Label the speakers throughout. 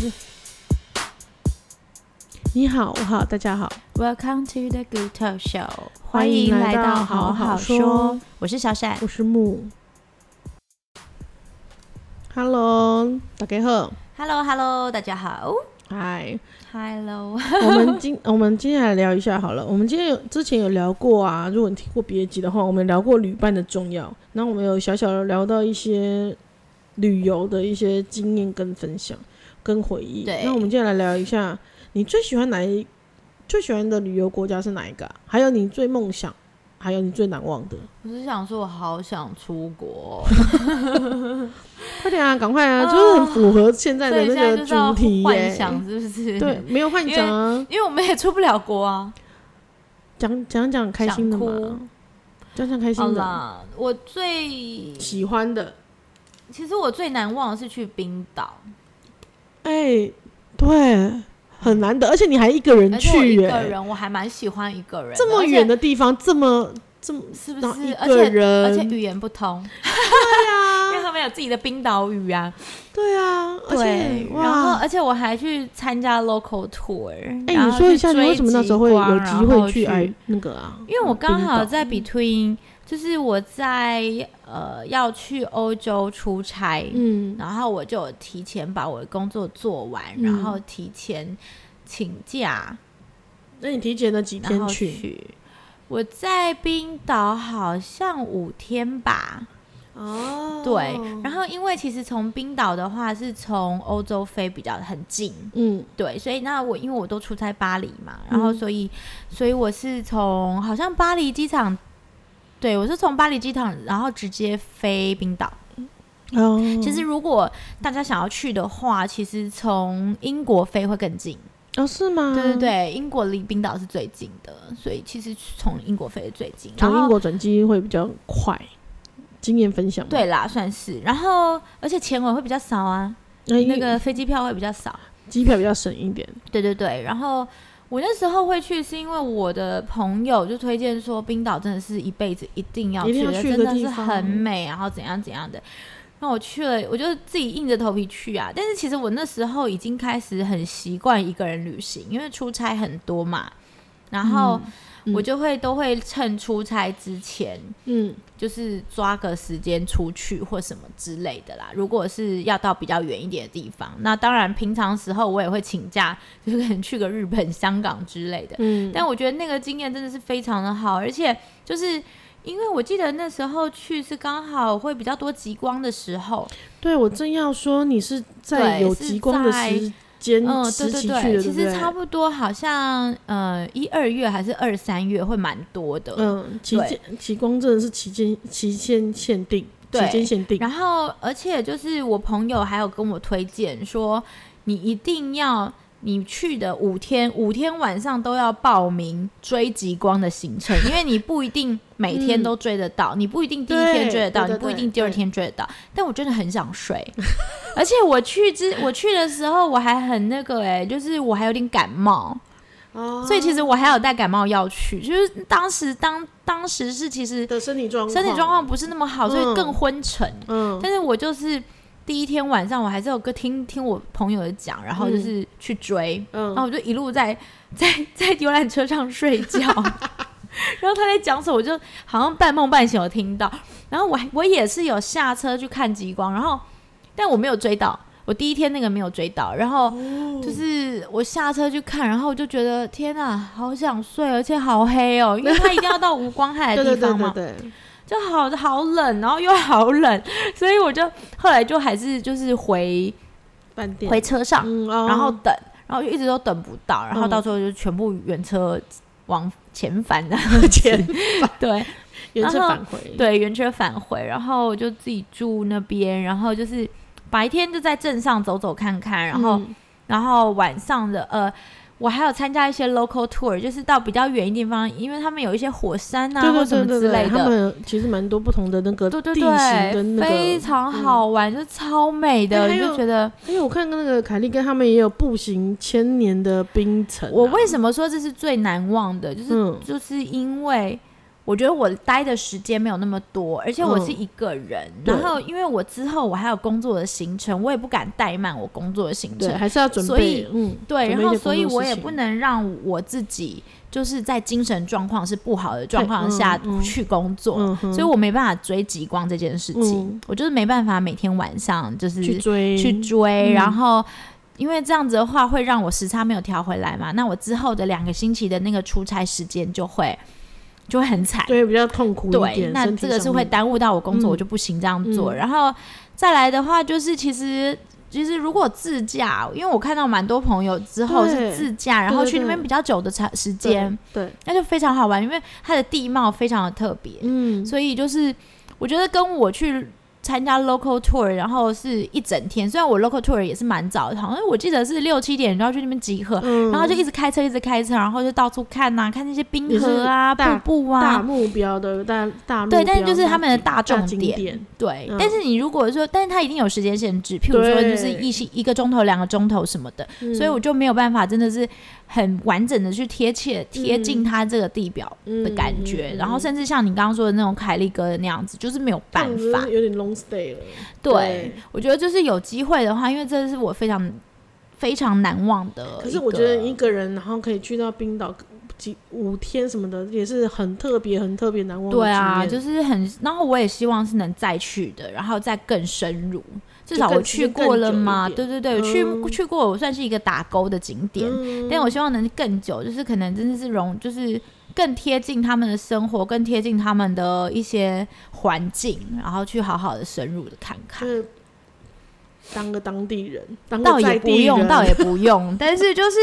Speaker 1: 是你好，我好，大家好，
Speaker 2: Welcome to the Good Talk Show，
Speaker 1: 欢迎来到好好说。
Speaker 2: 我是小闪，
Speaker 1: 我是木。Hello，大家好，
Speaker 2: Hello Hello，大家好
Speaker 1: 嗨，
Speaker 2: ，Hello，
Speaker 1: 我们今 我们今天来聊一下好了。我们今天有之前有聊过啊，如果你听过别集的话，我们聊过旅伴的重要，然后我们有小小的聊到一些旅游的一些经验跟分享跟回忆。
Speaker 2: 对
Speaker 1: 那我们今天来聊一下，你最喜欢哪一最喜欢的旅游国家是哪一个啊、还有你最梦想，还有你最难忘的。
Speaker 2: 我是想说，我好想出国，哦
Speaker 1: 快点啊，赶快啊，
Speaker 2: 啊
Speaker 1: 就是很符合现在
Speaker 2: 哦所
Speaker 1: 的
Speaker 2: 以现
Speaker 1: 那
Speaker 2: 在
Speaker 1: 个
Speaker 2: 就是要
Speaker 1: 主题耶、
Speaker 2: 幻想，是不是？
Speaker 1: 对，，没有幻想啊，
Speaker 2: 因为我们也出不了国啊。
Speaker 1: 讲讲讲开心的
Speaker 2: 想
Speaker 1: 嘛，讲讲开
Speaker 2: 好
Speaker 1: 心的，
Speaker 2: 啦，我最其
Speaker 1: 喜欢的。
Speaker 2: 实我最难忘的是去冰岛，
Speaker 1: 哎、对，很难得，而且你还一个人
Speaker 2: 而且我
Speaker 1: 去
Speaker 2: 一
Speaker 1: 耶、
Speaker 2: 个人，我还蛮喜欢一个人的，
Speaker 1: 这么
Speaker 2: 而且
Speaker 1: 远的地方，这么这么
Speaker 2: 是不
Speaker 1: 然后一
Speaker 2: 是？而
Speaker 1: 个
Speaker 2: 且而且
Speaker 1: 人，啊
Speaker 2: 语言不通， 因为他们有自己的冰岛语啊。
Speaker 1: 对啊，而且
Speaker 2: 对，然后
Speaker 1: 哇，
Speaker 2: 而且我还去参加 local tour。
Speaker 1: 哎、
Speaker 2: 然
Speaker 1: 你
Speaker 2: 后
Speaker 1: 说
Speaker 2: 去
Speaker 1: 一下，你
Speaker 2: 追
Speaker 1: 为什么那时候会
Speaker 2: 极光
Speaker 1: 有机会去
Speaker 2: 然后
Speaker 1: 哎那个啊？
Speaker 2: 因为我刚
Speaker 1: 冰
Speaker 2: 好
Speaker 1: 岛嗯
Speaker 2: 在 between，就是我在呃要去欧洲出差，
Speaker 1: 嗯
Speaker 2: 然后我就有提前把我的工作做完，
Speaker 1: 嗯
Speaker 2: 然后提前请假，
Speaker 1: 那你提前了几
Speaker 2: 然
Speaker 1: 天
Speaker 2: 后
Speaker 1: 去？
Speaker 2: 我在冰岛好像五天吧，
Speaker 1: 哦
Speaker 2: 对。然后因为其实从冰岛的话是从欧洲飞比较很近，
Speaker 1: 嗯
Speaker 2: 对，所以那我因为我都出差巴黎嘛，然后所以、所以我是从好像巴黎机场，对我是从巴黎机场，然后直接飞冰岛。
Speaker 1: 哦，
Speaker 2: 其实如果大家想要去的话，其实从英国飞会更近。
Speaker 1: 哦是吗？
Speaker 2: 对对，对，英国离冰岛是最近的，所以其实从英国飞是最近。然
Speaker 1: 从英
Speaker 2: 后
Speaker 1: 国转机会比较快，经验分享嘛。
Speaker 2: 对啦，算是。然后而且钱我会比较少啊，
Speaker 1: 那
Speaker 2: 那
Speaker 1: 那个
Speaker 2: 个飞机票会比较少。
Speaker 1: 机票比较省一点，
Speaker 2: 对对对，然后我那时候会去，是因为我的朋友就推荐说，冰岛真的是一辈子一定要
Speaker 1: 一定要
Speaker 2: 去的，
Speaker 1: 去的
Speaker 2: 真的
Speaker 1: 地
Speaker 2: 是
Speaker 1: 方
Speaker 2: 很美，然后怎样怎样的。那我去了，我就自己硬着头皮去啊。但是其实我那时候已经开始很习惯一个人旅行，因为出差很多嘛，然后
Speaker 1: 嗯
Speaker 2: 我就会都会趁出差之前。
Speaker 1: 嗯
Speaker 2: 就是抓个时间出去或什么之类的啦。如果是要到比较远一点的地方，那当然平常时候我也会请假，就是可能去个日本、香港之类的。
Speaker 1: 嗯，
Speaker 2: 但我觉得那个经验真的是非常的好，而且就是因为我记得那时候去是刚好会比较多极光的时候，
Speaker 1: 对，我正要说你是在
Speaker 2: 对
Speaker 1: 有
Speaker 2: 是
Speaker 1: 极光的
Speaker 2: 在
Speaker 1: 时间、
Speaker 2: 嗯，
Speaker 1: 时
Speaker 2: 对对
Speaker 1: 期去
Speaker 2: 对，
Speaker 1: 的，对
Speaker 2: 其
Speaker 1: 不
Speaker 2: 实
Speaker 1: 对
Speaker 2: 差不多好像呃一二月还是二三月会蛮多的，
Speaker 1: 嗯，期
Speaker 2: 对
Speaker 1: 间极光真的是期间期限限定，期
Speaker 2: 对
Speaker 1: 间限定，
Speaker 2: 然后，而且就是我朋友还有跟我推荐说，你一定要你去的五天，五天晚上都要报名追极光的行程，因为你不一定每天都追得到，你不一定第一天
Speaker 1: 对
Speaker 2: 追得到，
Speaker 1: 嗯对对
Speaker 2: 你不一
Speaker 1: 对
Speaker 2: 定第二
Speaker 1: 对
Speaker 2: 天追得到。但我真的很 想睡，而且我去之我去的时候我还很那个哎、就是我还有点感冒，
Speaker 1: 哦
Speaker 2: 所以其实我还有带感冒药去，就是当时当当时是其实
Speaker 1: 的身体状
Speaker 2: 身体状，况不是那么好，所以更昏沉。
Speaker 1: 嗯，
Speaker 2: 但是我就是第一天晚上，我还是有个听听我朋友的讲，然后就是去追，然后
Speaker 1: 嗯，
Speaker 2: 我就一路在 在在游览车上睡 觉，然后他在讲什么，我就好像半梦半醒有听到，然后我还我也是有下车去看极光，然后但我没有追到。我第一天那个没有追到，然后
Speaker 1: 哦
Speaker 2: 就是我下车去看，然后我就觉得天啊，好想睡，而且好黑哦，因为它一定要到无光害
Speaker 1: 对
Speaker 2: 的
Speaker 1: 对
Speaker 2: 地
Speaker 1: 对
Speaker 2: 方
Speaker 1: 对
Speaker 2: 嘛。
Speaker 1: 对，
Speaker 2: 就好好冷，然后又好冷，所以我就后来就还是就是回
Speaker 1: 饭店
Speaker 2: 回，车上，
Speaker 1: 嗯，哦
Speaker 2: 然后等，然后就一直都等不到，然后
Speaker 1: 嗯
Speaker 2: 到最后就全部原车往前返的
Speaker 1: 前
Speaker 2: 对
Speaker 1: 原车
Speaker 2: 然后
Speaker 1: 返回，
Speaker 2: 对，原车返回，然后我就自己住那边，然后就是白天就在镇上走走看看，然后、
Speaker 1: 嗯
Speaker 2: 然后晚上的呃。我还有参加一些 local tour，就是到比较远一点地方，因为他们有一些火山啊
Speaker 1: 对
Speaker 2: 或
Speaker 1: 对
Speaker 2: 什么
Speaker 1: 对对
Speaker 2: 之类
Speaker 1: 对，
Speaker 2: 的。
Speaker 1: 他们其实蛮多不同的那个
Speaker 2: 对对
Speaker 1: 地形
Speaker 2: 对，
Speaker 1: 跟那
Speaker 2: 非
Speaker 1: 个。
Speaker 2: 常好玩，就超美的，
Speaker 1: 哎还
Speaker 2: 我
Speaker 1: 有
Speaker 2: 就觉得
Speaker 1: 因为我看那个凯莉跟他们也有步行千年的冰城啊，
Speaker 2: 我为什么说这是最难忘的，就是、
Speaker 1: 嗯
Speaker 2: 就是因为我觉得我待的时间没有那么多，而且我是
Speaker 1: 嗯
Speaker 2: 一个人。
Speaker 1: 对
Speaker 2: 然后，因为我之后我还有工作的行程，我也不敢怠慢我工作的行
Speaker 1: 对，
Speaker 2: 程。
Speaker 1: 还是要准
Speaker 2: 所
Speaker 1: 备
Speaker 2: 以，
Speaker 1: 嗯，
Speaker 2: 对，
Speaker 1: 准
Speaker 2: 然
Speaker 1: 备一
Speaker 2: 后
Speaker 1: 些
Speaker 2: 所
Speaker 1: 工
Speaker 2: 以
Speaker 1: 作
Speaker 2: 我
Speaker 1: 事
Speaker 2: 也
Speaker 1: 情
Speaker 2: 不能让我自己就是在精神状况是不好的状况下
Speaker 1: 嗯嗯
Speaker 2: 去工作，
Speaker 1: 嗯哼，
Speaker 2: 所以我没办法追极光这件事情，
Speaker 1: 嗯
Speaker 2: 我就是没办法每天晚上就是
Speaker 1: 去追
Speaker 2: 去追，
Speaker 1: 嗯
Speaker 2: 然后因为这样子的话会让我时差没有调回来嘛，那我之后的两个星期的那个出差时间就会就会很惨，
Speaker 1: 对比较痛苦一
Speaker 2: 对
Speaker 1: 点，，
Speaker 2: 那
Speaker 1: 身体
Speaker 2: 这个是
Speaker 1: 上
Speaker 2: 会
Speaker 1: 面
Speaker 2: 耽误到我工作，
Speaker 1: 嗯
Speaker 2: 我就不行这样做。
Speaker 1: 嗯
Speaker 2: 然后再来的话，就是其实其实如果自驾，因为我看到蛮多朋友之后
Speaker 1: 对
Speaker 2: 是自驾，然后
Speaker 1: 对对
Speaker 2: 去那
Speaker 1: 对
Speaker 2: 边比较久的长时
Speaker 1: 对
Speaker 2: 间，
Speaker 1: 对，
Speaker 2: 那就非常好玩，因为它的地貌非常的特别，
Speaker 1: 嗯，
Speaker 2: 所以就是我觉得跟我去。参加 local tour，然后是一整天。虽然我 local tour 也是蛮早的，好像我记得是六七点就要去那边集合，
Speaker 1: 嗯
Speaker 2: 然后就一直开车，一直开车，然后就到处看呐、看那些
Speaker 1: 也
Speaker 2: 冰
Speaker 1: 是
Speaker 2: 河啊、
Speaker 1: 大
Speaker 2: 瀑布啊，
Speaker 1: 大目标的大大目
Speaker 2: 对但是
Speaker 1: 标
Speaker 2: 就是他们的
Speaker 1: 大
Speaker 2: 大重
Speaker 1: 景
Speaker 2: 点
Speaker 1: 点，
Speaker 2: 对，
Speaker 1: 嗯
Speaker 2: 但是你如果说，但是它一定有时间限制，譬如说就是
Speaker 1: 对嗯
Speaker 2: 一些一个钟头、两个钟头什么的，所以我就没有办法真的是很完整的去贴
Speaker 1: 嗯
Speaker 2: 切贴近它这个地表
Speaker 1: 的
Speaker 2: 的感觉，然后
Speaker 1: 甚
Speaker 2: 甚至像你刚刚说的那种凯利哥的那样子，就是没有办法。
Speaker 1: 有点 long stay 了，
Speaker 2: 对，我觉得就是有机会的话，因为这是我非常非常难忘的。
Speaker 1: 可是我觉得一个人，然后可以去到冰岛几五天什么的，也是很特别、很特别难忘的
Speaker 2: 对
Speaker 1: 经
Speaker 2: 啊，
Speaker 1: 验
Speaker 2: 就是很，然后我也希望是能再去的，然后再更深入。至
Speaker 1: 就
Speaker 2: 少
Speaker 1: 更
Speaker 2: 我
Speaker 1: 时
Speaker 2: 去
Speaker 1: 间更
Speaker 2: 过了
Speaker 1: 久一
Speaker 2: 嘛，
Speaker 1: 点
Speaker 2: 对对对，我去
Speaker 1: 嗯
Speaker 2: 去过，我算是一个打勾的景点，
Speaker 1: 嗯
Speaker 2: 但我希望能更久，就是可能真的是融，就是更贴近他们的生活，更贴近他们的一些环境，然后去好好的深入的看看
Speaker 1: 就。是当个当地人，当
Speaker 2: 倒
Speaker 1: 个
Speaker 2: 也
Speaker 1: 在
Speaker 2: 不
Speaker 1: 地
Speaker 2: 用，
Speaker 1: 人，
Speaker 2: 倒也不 用，但是就是。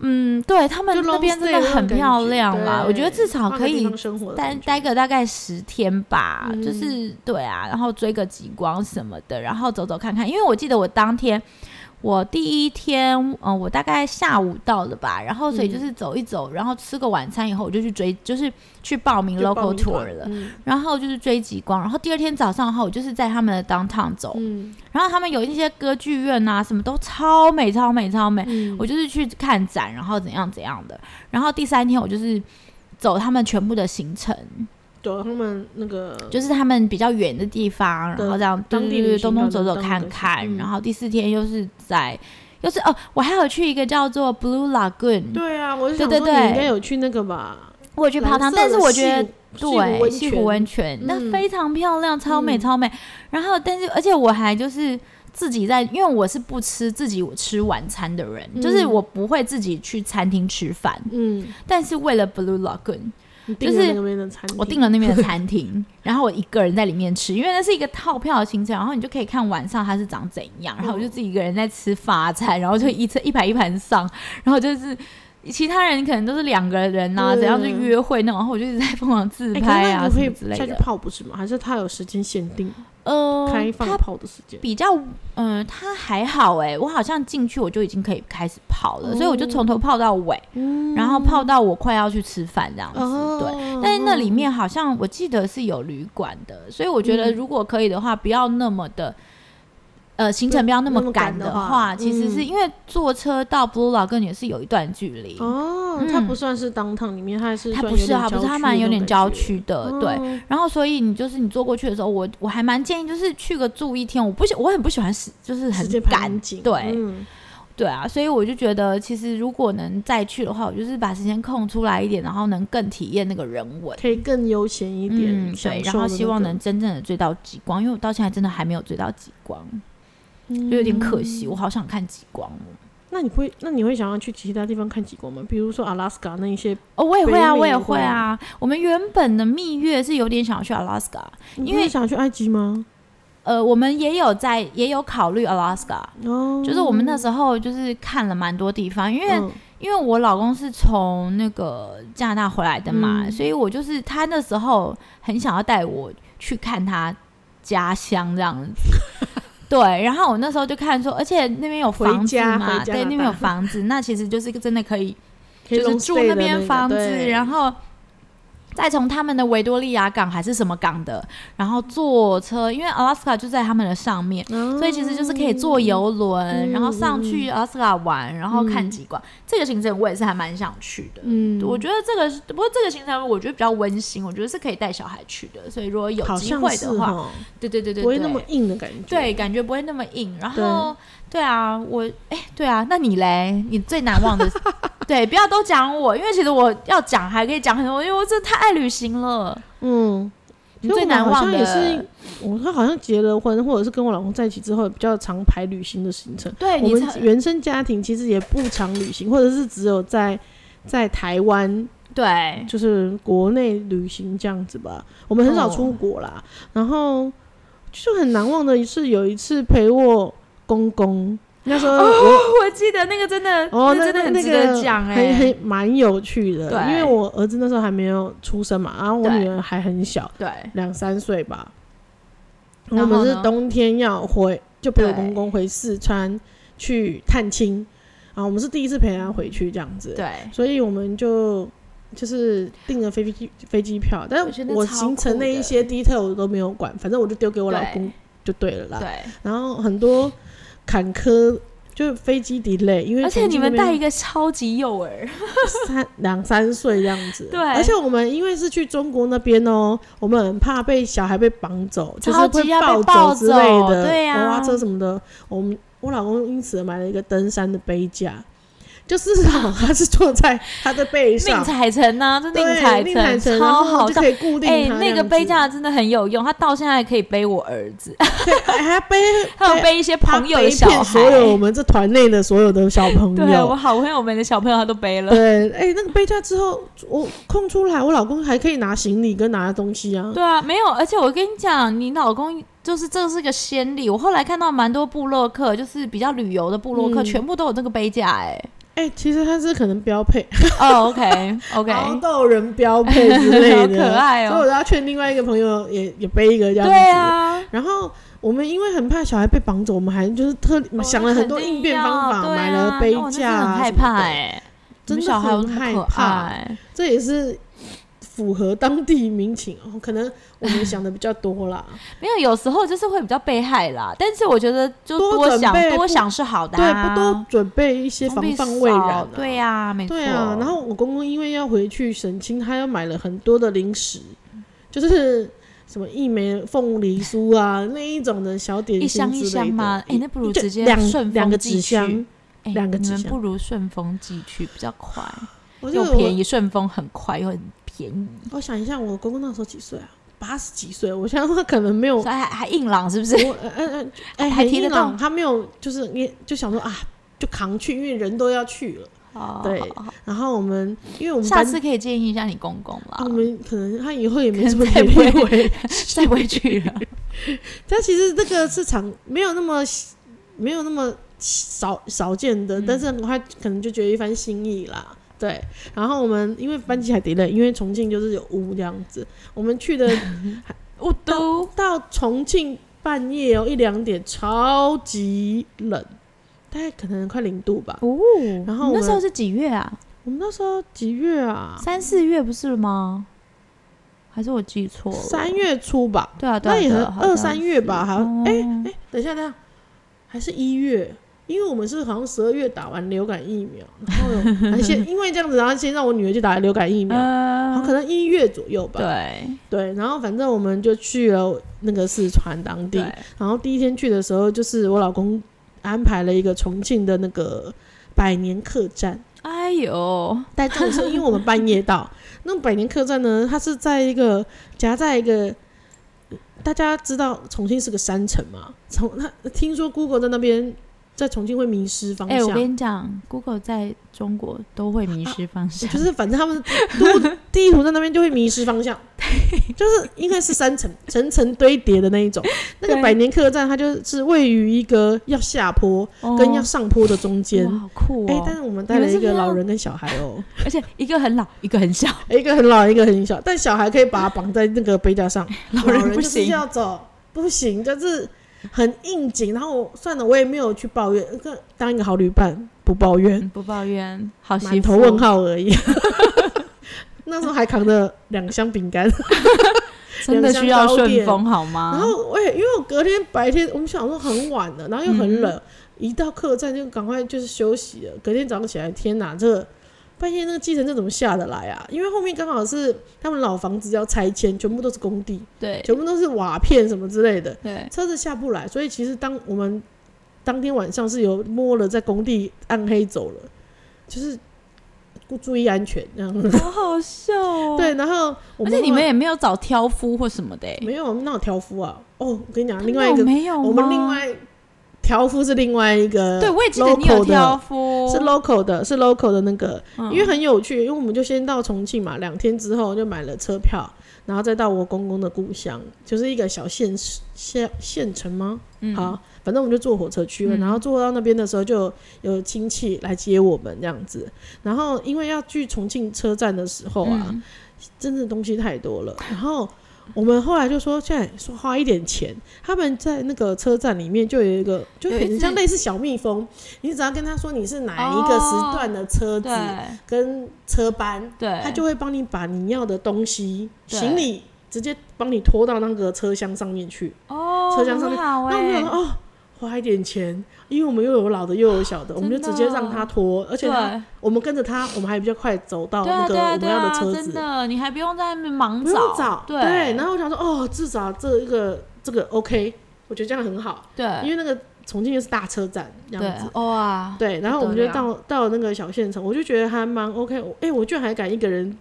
Speaker 2: 嗯，对他们
Speaker 1: 就
Speaker 2: 那
Speaker 1: long
Speaker 2: 边
Speaker 1: stay
Speaker 2: 真
Speaker 1: 那
Speaker 2: 的
Speaker 1: 种
Speaker 2: 很
Speaker 1: 感
Speaker 2: 漂
Speaker 1: 觉
Speaker 2: 亮啦，
Speaker 1: 对
Speaker 2: 我觉得至少
Speaker 1: 换
Speaker 2: 可
Speaker 1: 个地
Speaker 2: 以
Speaker 1: 方生活的
Speaker 2: 待
Speaker 1: 感觉，
Speaker 2: 待个大概十天吧，
Speaker 1: 嗯
Speaker 2: 就是对啊，然后追个极光什么的，然后走走看看。因为我记得我当天，我第一天，嗯、我大概下午到的吧，然后所以
Speaker 1: 嗯
Speaker 2: 就是走一走，然后吃个晚餐以后，我就去追，就是去报名
Speaker 1: 就报
Speaker 2: local
Speaker 1: 名
Speaker 2: tour
Speaker 1: 团
Speaker 2: 了。
Speaker 1: 嗯
Speaker 2: 然后就是追极光，然后第二天早上的话，我就是在他们的 downtown 走，
Speaker 1: 嗯
Speaker 2: 然后他们有一些歌剧院啊，什么都超美、超美、超美。
Speaker 1: 嗯，
Speaker 2: 哎我就是去看展，然后怎样怎样的。然后第三天我就是走他们全部的行程，
Speaker 1: 走啊他们那个
Speaker 2: 就是他们比较远的地方，然
Speaker 1: 对
Speaker 2: 后这样
Speaker 1: 当
Speaker 2: 对
Speaker 1: 地
Speaker 2: 对
Speaker 1: 旅
Speaker 2: 对
Speaker 1: 行
Speaker 2: 东东
Speaker 1: 团
Speaker 2: 走走
Speaker 1: 当地
Speaker 2: 看
Speaker 1: 的行嗯
Speaker 2: 看。然后第四天又是在，又是哦，我还有去一个叫做 Blue Lagoon，
Speaker 1: 对啊，我就想说
Speaker 2: 对
Speaker 1: 你
Speaker 2: 对对
Speaker 1: 应该有去那个吧，
Speaker 2: 我有去泡
Speaker 1: 蓝
Speaker 2: 汤，
Speaker 1: 色
Speaker 2: 但是
Speaker 1: 的
Speaker 2: 我
Speaker 1: 西
Speaker 2: 觉得
Speaker 1: 湖
Speaker 2: 对，西湖温
Speaker 1: 温泉，
Speaker 2: 泉
Speaker 1: 嗯
Speaker 2: 那非常漂亮，超美
Speaker 1: 嗯
Speaker 2: 超美。然后，但是而且我还就是自己在，因为我是不吃自己吃晚餐的人，就是
Speaker 1: 嗯
Speaker 2: 我不会自己去餐厅吃饭。
Speaker 1: 嗯，
Speaker 2: 但是为了 Blue Lagoon，
Speaker 1: 你订
Speaker 2: 就
Speaker 1: 了
Speaker 2: 是
Speaker 1: 那边的餐厅，
Speaker 2: 我订了那边的餐厅，然后我一个人在里面吃，因为那是一个套票的行程，然后你就可以看晚上它是长怎样。然后
Speaker 1: 嗯
Speaker 2: 我就自己一个人在吃法餐，然后就一次一盘一盘上，然后就是。其他人可能都是两个人呐、
Speaker 1: 嗯
Speaker 2: 怎样去约会那种，然后我就一直在疯狂自
Speaker 1: 哎。可是
Speaker 2: 拍
Speaker 1: 那
Speaker 2: 啊
Speaker 1: 你可
Speaker 2: 什
Speaker 1: 以
Speaker 2: 么之类
Speaker 1: 下去
Speaker 2: 的。
Speaker 1: 泡不是吗？还是它有时间限定，
Speaker 2: 呃，
Speaker 1: 开放
Speaker 2: 它
Speaker 1: 泡的时间？
Speaker 2: 比较，嗯、它还好哎、我好像进去我就已经可以开始泡了，所以我就
Speaker 1: 哦
Speaker 2: 从头泡到尾，
Speaker 1: 嗯
Speaker 2: 然后泡到我快要去吃饭这样子，
Speaker 1: 哦，
Speaker 2: 对。但是那里
Speaker 1: 嗯
Speaker 2: 面好像我记得是有旅馆的，所以我觉得
Speaker 1: 嗯
Speaker 2: 如果可以的话，不要那么的，呃，行程不要那
Speaker 1: 那
Speaker 2: 么
Speaker 1: 么
Speaker 2: 赶
Speaker 1: 赶的
Speaker 2: 的
Speaker 1: 话
Speaker 2: 话，其实
Speaker 1: 嗯
Speaker 2: 是因为坐车到 Blue Lagoon 也是有一段距离，
Speaker 1: 哦，它不算是 downtown 里面，它还是
Speaker 2: 嗯它
Speaker 1: 算
Speaker 2: 不
Speaker 1: 有
Speaker 2: 是
Speaker 1: 点
Speaker 2: 啊，不
Speaker 1: 郊
Speaker 2: 是它
Speaker 1: 区那
Speaker 2: 蛮有
Speaker 1: 种
Speaker 2: 点
Speaker 1: 感
Speaker 2: 郊
Speaker 1: 觉
Speaker 2: 区的，对。
Speaker 1: 哦
Speaker 2: 然后，所以你就是你坐过去的时候，我我还蛮建议就是去个住一天。我不喜，我很不喜欢是就
Speaker 1: 时
Speaker 2: 是很
Speaker 1: 间
Speaker 2: 赶
Speaker 1: 赶，紧，
Speaker 2: 对、
Speaker 1: 嗯
Speaker 2: 对啊。所以我就觉得，其实如果能再去的话，我就是把时间空出来一点，然后能更体验那个人文。
Speaker 1: 可以更悠闲一点，
Speaker 2: 嗯，
Speaker 1: 享
Speaker 2: 对，
Speaker 1: 受
Speaker 2: 然后
Speaker 1: 的
Speaker 2: 希
Speaker 1: 那
Speaker 2: 望
Speaker 1: 个
Speaker 2: 能，真正的追到极光，因为我到现在真的还没有追到极光，就有点可惜。
Speaker 1: 嗯
Speaker 2: 我好想看极光哦。
Speaker 1: 那你会，那你会想要去其他地方看极光吗？比如说阿拉斯加那一些，
Speaker 2: 哦，我也
Speaker 1: 北
Speaker 2: 会啊，
Speaker 1: 美
Speaker 2: 我也
Speaker 1: 也
Speaker 2: 会
Speaker 1: 会
Speaker 2: 啊。我们原本的蜜月是有点想要去 Alaska，
Speaker 1: 你
Speaker 2: 因
Speaker 1: 不是
Speaker 2: 为
Speaker 1: 想去埃及吗？
Speaker 2: 呃，我们也有在也有考虑 Alaska，
Speaker 1: 哦，
Speaker 2: 就是我们那时候就是看了蛮多地方，因为、
Speaker 1: 嗯
Speaker 2: 因为我老公是从那个加拿大回来的嘛，
Speaker 1: 嗯
Speaker 2: 所以我就是他那时候很想要带我去看他家乡这样子。对，然后我那时候就看说，而且那边有房子
Speaker 1: 回家
Speaker 2: 嘛，
Speaker 1: 回加拿大
Speaker 2: 对，那边有房子，那其实就是真的可以，
Speaker 1: 可以
Speaker 2: 就是
Speaker 1: long
Speaker 2: 住
Speaker 1: stay 的
Speaker 2: 边房子，
Speaker 1: 对
Speaker 2: 然后再从他们的维多利亚港还是什么港的，然后坐车，因为 Alaska 就在他们的上面，
Speaker 1: 哦
Speaker 2: 所以其实就是可以坐游轮，然后上
Speaker 1: 嗯
Speaker 2: 去 Alaska 玩，然后看极光。这个行程我也是还蛮想去的。
Speaker 1: 嗯，
Speaker 2: 我觉得这个是，不过这个行程我觉得比较温馨，我觉得是可以带小孩去的。所以如果有
Speaker 1: 好
Speaker 2: 机
Speaker 1: 像
Speaker 2: 会
Speaker 1: 是
Speaker 2: 的话，
Speaker 1: 哦
Speaker 2: 对对对对，
Speaker 1: 不会那
Speaker 2: 对
Speaker 1: 么硬的感觉。
Speaker 2: 对，感觉不会那么硬。然后，对啊，我哎、对啊，那你嘞？你最难 忘的，对，不要都讲我，因为其实我要讲还可以讲很多，因为我真的太爱旅行了。
Speaker 1: 嗯，
Speaker 2: 你
Speaker 1: 所以
Speaker 2: 最
Speaker 1: 我们
Speaker 2: 难
Speaker 1: 好
Speaker 2: 忘
Speaker 1: 像
Speaker 2: 的
Speaker 1: 也是，我他好像结了婚，或者是跟我老公在一起之后，比较常排旅行的行程。
Speaker 2: 对
Speaker 1: 我
Speaker 2: 哎你
Speaker 1: 们
Speaker 2: 才
Speaker 1: 原生家庭其实也不常旅行，或者是只有在在台湾，
Speaker 2: 对
Speaker 1: 就是国内旅行这样子吧。我们很少
Speaker 2: 哦
Speaker 1: 出国啦。然后就很难忘的是，有一次陪我公公，那时候我
Speaker 2: 我记得那个真的，
Speaker 1: 哦，
Speaker 2: 哦
Speaker 1: 那
Speaker 2: 那真的很
Speaker 1: 那
Speaker 2: 值得
Speaker 1: 个
Speaker 2: 讲哎、
Speaker 1: 很很蛮有趣的，
Speaker 2: 对
Speaker 1: 因为我儿子那时候还没有出生嘛，然后我
Speaker 2: 对
Speaker 1: 女儿还很小，
Speaker 2: 对
Speaker 1: 两三岁吧。
Speaker 2: 然
Speaker 1: 我
Speaker 2: 后呢
Speaker 1: 们是冬天要回，就陪我
Speaker 2: 对
Speaker 1: 公公回四川去探亲，啊，我们是第一次陪他回去这样子，
Speaker 2: 对，
Speaker 1: 所以我们就就是订了飞机飞机票，但
Speaker 2: 我觉得
Speaker 1: 我
Speaker 2: 超
Speaker 1: 行程
Speaker 2: 酷
Speaker 1: 那一
Speaker 2: 的
Speaker 1: 些 detail 我都没有管，反正我就丢给我老
Speaker 2: 对
Speaker 1: 公就对了啦。
Speaker 2: 对，
Speaker 1: 然后很多坎坷，就飞机 delay，因为
Speaker 2: 而且
Speaker 1: 从
Speaker 2: 你
Speaker 1: 这
Speaker 2: 们带
Speaker 1: 边
Speaker 2: 一个超级幼儿，
Speaker 1: 三 两三岁这样子，
Speaker 2: 对
Speaker 1: 而且我们因为是去中国那边哦，我们很怕被小孩被绑走，就是
Speaker 2: 超级
Speaker 1: 会
Speaker 2: 要被抱
Speaker 1: 走之类
Speaker 2: 走
Speaker 1: 的，
Speaker 2: 对呀
Speaker 1: 娃娃车什么的。我们我老公因此买了一个登山的背架，就是好他是坐在他的背
Speaker 2: 宁
Speaker 1: 上，
Speaker 2: 采臣呢，就
Speaker 1: 对，
Speaker 2: 采
Speaker 1: 宁采臣，然
Speaker 2: 超
Speaker 1: 后
Speaker 2: 好
Speaker 1: 就
Speaker 2: 笑。
Speaker 1: 可以固定
Speaker 2: 哎、
Speaker 1: 他这样子。
Speaker 2: 那个背架真的很有用，他到现在还可以背我儿子。
Speaker 1: 对，哎还背
Speaker 2: 还有
Speaker 1: 对
Speaker 2: 背一些朋友
Speaker 1: 他背
Speaker 2: 的小
Speaker 1: 遍
Speaker 2: 孩，
Speaker 1: 所有我们这团内的所有的小朋
Speaker 2: 对我
Speaker 1: 友。
Speaker 2: 好朋友们的小朋友他都背了。
Speaker 1: 对，哎、那个背架之后，我空出来，我老公还可以拿行李跟拿东西啊。
Speaker 2: 对啊，没有，而且我跟你讲，你老公就是这是个先例。我后来看到蛮多部落客，就是比较旅游的部落客，
Speaker 1: 嗯
Speaker 2: 全部都有这个杯架、
Speaker 1: 哎、其实它是可能标配，
Speaker 2: 哎，哦，OK
Speaker 1: 毛
Speaker 2: OK，
Speaker 1: 豆人标配之类的，
Speaker 2: 好可爱哦
Speaker 1: 所以我要劝另外一个朋友也也背一个这样子。
Speaker 2: 对啊，
Speaker 1: 然后我们因为很怕小孩被绑走，我们还就是特、
Speaker 2: 哦
Speaker 1: 想了很多
Speaker 2: 那肯定
Speaker 1: 应变方法，
Speaker 2: 要对
Speaker 1: 买
Speaker 2: 啊
Speaker 1: 了杯
Speaker 2: 哦那真
Speaker 1: 架、
Speaker 2: 的
Speaker 1: 啊
Speaker 2: 很害
Speaker 1: 什么
Speaker 2: 怕
Speaker 1: 的
Speaker 2: 哎、
Speaker 1: 真
Speaker 2: 你
Speaker 1: 的
Speaker 2: 们小孩有
Speaker 1: 很
Speaker 2: 那
Speaker 1: 害
Speaker 2: 么可
Speaker 1: 怕。
Speaker 2: 爱，
Speaker 1: 这也是符合当地民情哦，可能我们想的比较多 啦。
Speaker 2: 没有，有时候就是会比较被害啦。但是我觉得就
Speaker 1: 多
Speaker 2: 多
Speaker 1: 准
Speaker 2: 想
Speaker 1: 备
Speaker 2: 多
Speaker 1: 不
Speaker 2: 想是好的、
Speaker 1: 对，
Speaker 2: 啊，
Speaker 1: 不多准备一些
Speaker 2: 总
Speaker 1: 防
Speaker 2: 比
Speaker 1: 范未然、啊
Speaker 2: 少对呀、没错。
Speaker 1: 对啊，然后我公公因为要回去省亲，他又买了很多的零食，就是什么一枚凤梨酥 啊那一种的小点
Speaker 2: 一
Speaker 1: 心
Speaker 2: 箱一
Speaker 1: 之类
Speaker 2: 箱
Speaker 1: 的
Speaker 2: 吗？哎、那不如
Speaker 1: 就
Speaker 2: 直接
Speaker 1: 两
Speaker 2: 顺
Speaker 1: 两个
Speaker 2: 丰
Speaker 1: 纸
Speaker 2: 寄去
Speaker 1: 箱。，
Speaker 2: 哎
Speaker 1: 两个
Speaker 2: 你
Speaker 1: 纸
Speaker 2: 们
Speaker 1: 箱
Speaker 2: 不如顺丰寄去比较快，
Speaker 1: 我就
Speaker 2: 又便
Speaker 1: 宜。
Speaker 2: 宜，顺丰很快又很便宜，
Speaker 1: 我想一下，我公公那时候几岁啊？八十几岁，我想他可能 没有
Speaker 2: 所以还还硬朗是不是？
Speaker 1: 我呃呃呃哎，
Speaker 2: 还
Speaker 1: 很
Speaker 2: 提得
Speaker 1: 硬
Speaker 2: 动
Speaker 1: 朗，他没有就是你就想说啊，就扛去，因为人都要去了。
Speaker 2: 哦
Speaker 1: 对
Speaker 2: 好好
Speaker 1: 然后我们因为我们
Speaker 2: 下
Speaker 1: 班
Speaker 2: 次可以建议一下你公公
Speaker 1: 啊
Speaker 2: 啦
Speaker 1: 我，们可能他以后也没
Speaker 2: 可
Speaker 1: 什么
Speaker 2: 能再
Speaker 1: 机
Speaker 2: 不
Speaker 1: 会
Speaker 2: 会
Speaker 1: 回
Speaker 2: 再不会 去了。
Speaker 1: 但其实这个市场没有那么没有那么少少见的，但是他可能就觉得一番心意啦。对，然后我们因为班级还 delay，因为重庆就是有雾这样子，我们去 的
Speaker 2: 雾都
Speaker 1: 到重庆半夜哦一两点，超级冷，大概可能快零度吧。
Speaker 2: 哦，
Speaker 1: 然后
Speaker 2: 你
Speaker 1: 我
Speaker 2: 那时候
Speaker 1: 们
Speaker 2: 是几月啊？
Speaker 1: 我们那时候几月啊？
Speaker 2: 三四月不是吗？还是我记错了？
Speaker 1: 三月初吧，
Speaker 2: 对啊，对啊，
Speaker 1: 那也
Speaker 2: 对
Speaker 1: 很
Speaker 2: 啊
Speaker 1: 二三。月吧，还
Speaker 2: 好像是哦
Speaker 1: 哎、等一下，等一下，还是一月，因为我们是好像十二月打完流感疫苗，然后有还 先因为这样子，然后先让我女儿去打流感疫苗，然后啊可能一月左右吧。
Speaker 2: 嗯对
Speaker 1: 对，然后反正我们就去了那个四川当地，
Speaker 2: 对，
Speaker 1: 然后第一天去的时候，就是我老公安排了一个重庆的那个百年客栈。
Speaker 2: 哎呦，
Speaker 1: 但重点是因为我们半夜到， 那百年客栈呢，它是在一个夹在一个，大家知道重庆是个山城嘛，从那听说 Google 在那边在重庆会迷失方
Speaker 2: 哎、我
Speaker 1: 向，
Speaker 2: 跟你讲，Google 在中国都会迷失方 向，
Speaker 1: 就是反正他们都地图在那边就会迷失方向，就是应该是山城层层堆叠的那一种。那个
Speaker 2: 对
Speaker 1: 百年客栈它就是位于一个要下坡跟要
Speaker 2: 哦
Speaker 1: 上坡的中间。
Speaker 2: 哇好酷
Speaker 1: 哎、
Speaker 2: 哦！
Speaker 1: 但是我们
Speaker 2: 你
Speaker 1: 带
Speaker 2: 们
Speaker 1: 了
Speaker 2: 是
Speaker 1: 一
Speaker 2: 不
Speaker 1: 个
Speaker 2: 是
Speaker 1: 老
Speaker 2: 要
Speaker 1: 人跟小孩哦、
Speaker 2: 而且一个很老，一个很小，
Speaker 1: 一个很老，一个很小，但小孩可以把它绑在那个背架上，
Speaker 2: 老
Speaker 1: 人
Speaker 2: 人不
Speaker 1: 就是
Speaker 2: 行。
Speaker 1: 要走，不行，就是很应景。然后我算了，我也没有去抱怨，个当一个好旅伴不抱怨，
Speaker 2: 哦嗯不抱怨，好媳
Speaker 1: 满
Speaker 2: 妇。
Speaker 1: 头问号而已。 那时候还扛着两个箱饼干，
Speaker 2: 真的需要顺风好
Speaker 1: 然
Speaker 2: 吗？
Speaker 1: 后我也因为我隔天白天我们想说很晚了，然后又
Speaker 2: 嗯
Speaker 1: 很冷，一到客栈就赶快就是休息了。隔天早上起来，天哪，这个半夜那个计程车怎么下得来啊？因为后面刚好是他们老房子要拆迁，全部都是工地，
Speaker 2: 对
Speaker 1: 全部都是瓦片什么之类的，
Speaker 2: 对，
Speaker 1: 车子下不来。所以其实当我们当天晚上是有摸了在工地暗黑走了，就是注意安全这样。
Speaker 2: 好好笑哦。
Speaker 1: 对，然后我
Speaker 2: 而
Speaker 1: 们
Speaker 2: 且你
Speaker 1: 后
Speaker 2: 们
Speaker 1: 来
Speaker 2: 也没有找挑夫或什么的欸，
Speaker 1: 没有，我们那有挑夫啊。哦，我跟你讲，
Speaker 2: 他
Speaker 1: 另
Speaker 2: 们
Speaker 1: 外一
Speaker 2: 有
Speaker 1: 个
Speaker 2: 没有吗，
Speaker 1: 我们另外条夫是另外一个 local 的，
Speaker 2: 对我也记得你有挑夫，
Speaker 1: 是 local 的，是 local 的那个，
Speaker 2: 哦嗯
Speaker 1: 因为很有趣，因为我们就先到重庆嘛，两天之后就买了车票，然后再到我公公的故乡，就是一个小县市县县城吗？
Speaker 2: 嗯
Speaker 1: 好，反正我们就坐火车去了，
Speaker 2: 嗯
Speaker 1: 然后坐到那边的时候就有亲戚来接我们这样子，然后因为要去重庆车站的时候啊，
Speaker 2: 嗯
Speaker 1: 真的东西太多了。然后我们后来就说，现在说花一点钱，他们在那个车站里面就有一个，就
Speaker 2: 有一
Speaker 1: 很像
Speaker 2: 只
Speaker 1: 类似小蜜蜂，你只要跟他说你是哪一个时段的车子、
Speaker 2: 对
Speaker 1: 跟车班，
Speaker 2: 哦对，
Speaker 1: 他就会帮你把你要的东西、
Speaker 2: 对
Speaker 1: 行李直接帮你拖到那个车厢上面去。
Speaker 2: 哦，
Speaker 1: 车厢上面
Speaker 2: 很好
Speaker 1: 那我们
Speaker 2: 欸
Speaker 1: 想说哦。花一点钱，因为我们又有老的又有小的，我们就直接让他拖，而且他
Speaker 2: 啊对
Speaker 1: 我们跟着他，我们还比较快走到
Speaker 2: 对
Speaker 1: 那
Speaker 2: 啊
Speaker 1: 个
Speaker 2: 对
Speaker 1: 我
Speaker 2: 啊
Speaker 1: 们
Speaker 2: 对
Speaker 1: 要的
Speaker 2: 啊，
Speaker 1: 车
Speaker 2: 真
Speaker 1: 子。
Speaker 2: 的，你还不用在那边忙
Speaker 1: 不用找，
Speaker 2: 对
Speaker 1: 然后我想说，哦，至少这一个这个 OK，我觉得这样很好，因
Speaker 2: 对
Speaker 1: 为那个重庆又是大车站这样子
Speaker 2: 对，，啊哇，
Speaker 1: 对，然后我们
Speaker 2: 不得
Speaker 1: 就
Speaker 2: 了
Speaker 1: 到到那个小县城，我就觉得还蛮 OK，我哎、我居然还敢一个人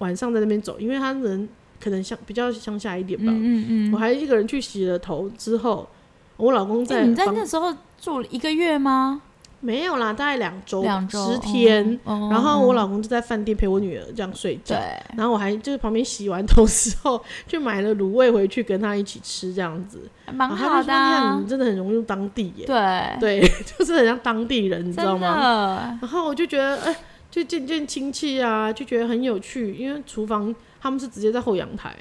Speaker 1: 晚上在那边走，因为他人可能乡比较乡下一点吧，
Speaker 2: 嗯嗯
Speaker 1: 我
Speaker 2: 嗯，
Speaker 1: 还一个人去洗了头之后，我老公
Speaker 2: 哎
Speaker 1: 在
Speaker 2: 你在
Speaker 1: 房
Speaker 2: 那时候住了一个月吗？
Speaker 1: 没有啦，大概两周吧，
Speaker 2: 两周
Speaker 1: 十天。，
Speaker 2: 哦
Speaker 1: 然后我
Speaker 2: 嗯
Speaker 1: 老公就在饭店陪我女儿这样睡觉，
Speaker 2: 对
Speaker 1: 然后我还就是旁边洗完头之后，就买了卤味回去跟他一起吃这样子。
Speaker 2: 还蛮
Speaker 1: 然后
Speaker 2: 好
Speaker 1: 他就说哎
Speaker 2: 的
Speaker 1: 你
Speaker 2: 啊
Speaker 1: 看，你真的很融入当地耶，
Speaker 2: 对，
Speaker 1: 对， 就是很像当地人，你知道
Speaker 2: 真
Speaker 1: 吗？
Speaker 2: 的，
Speaker 1: 然后我就觉得，哎、就见见亲戚啊，就觉得很有趣，因为厨房他们是直接在后阳台，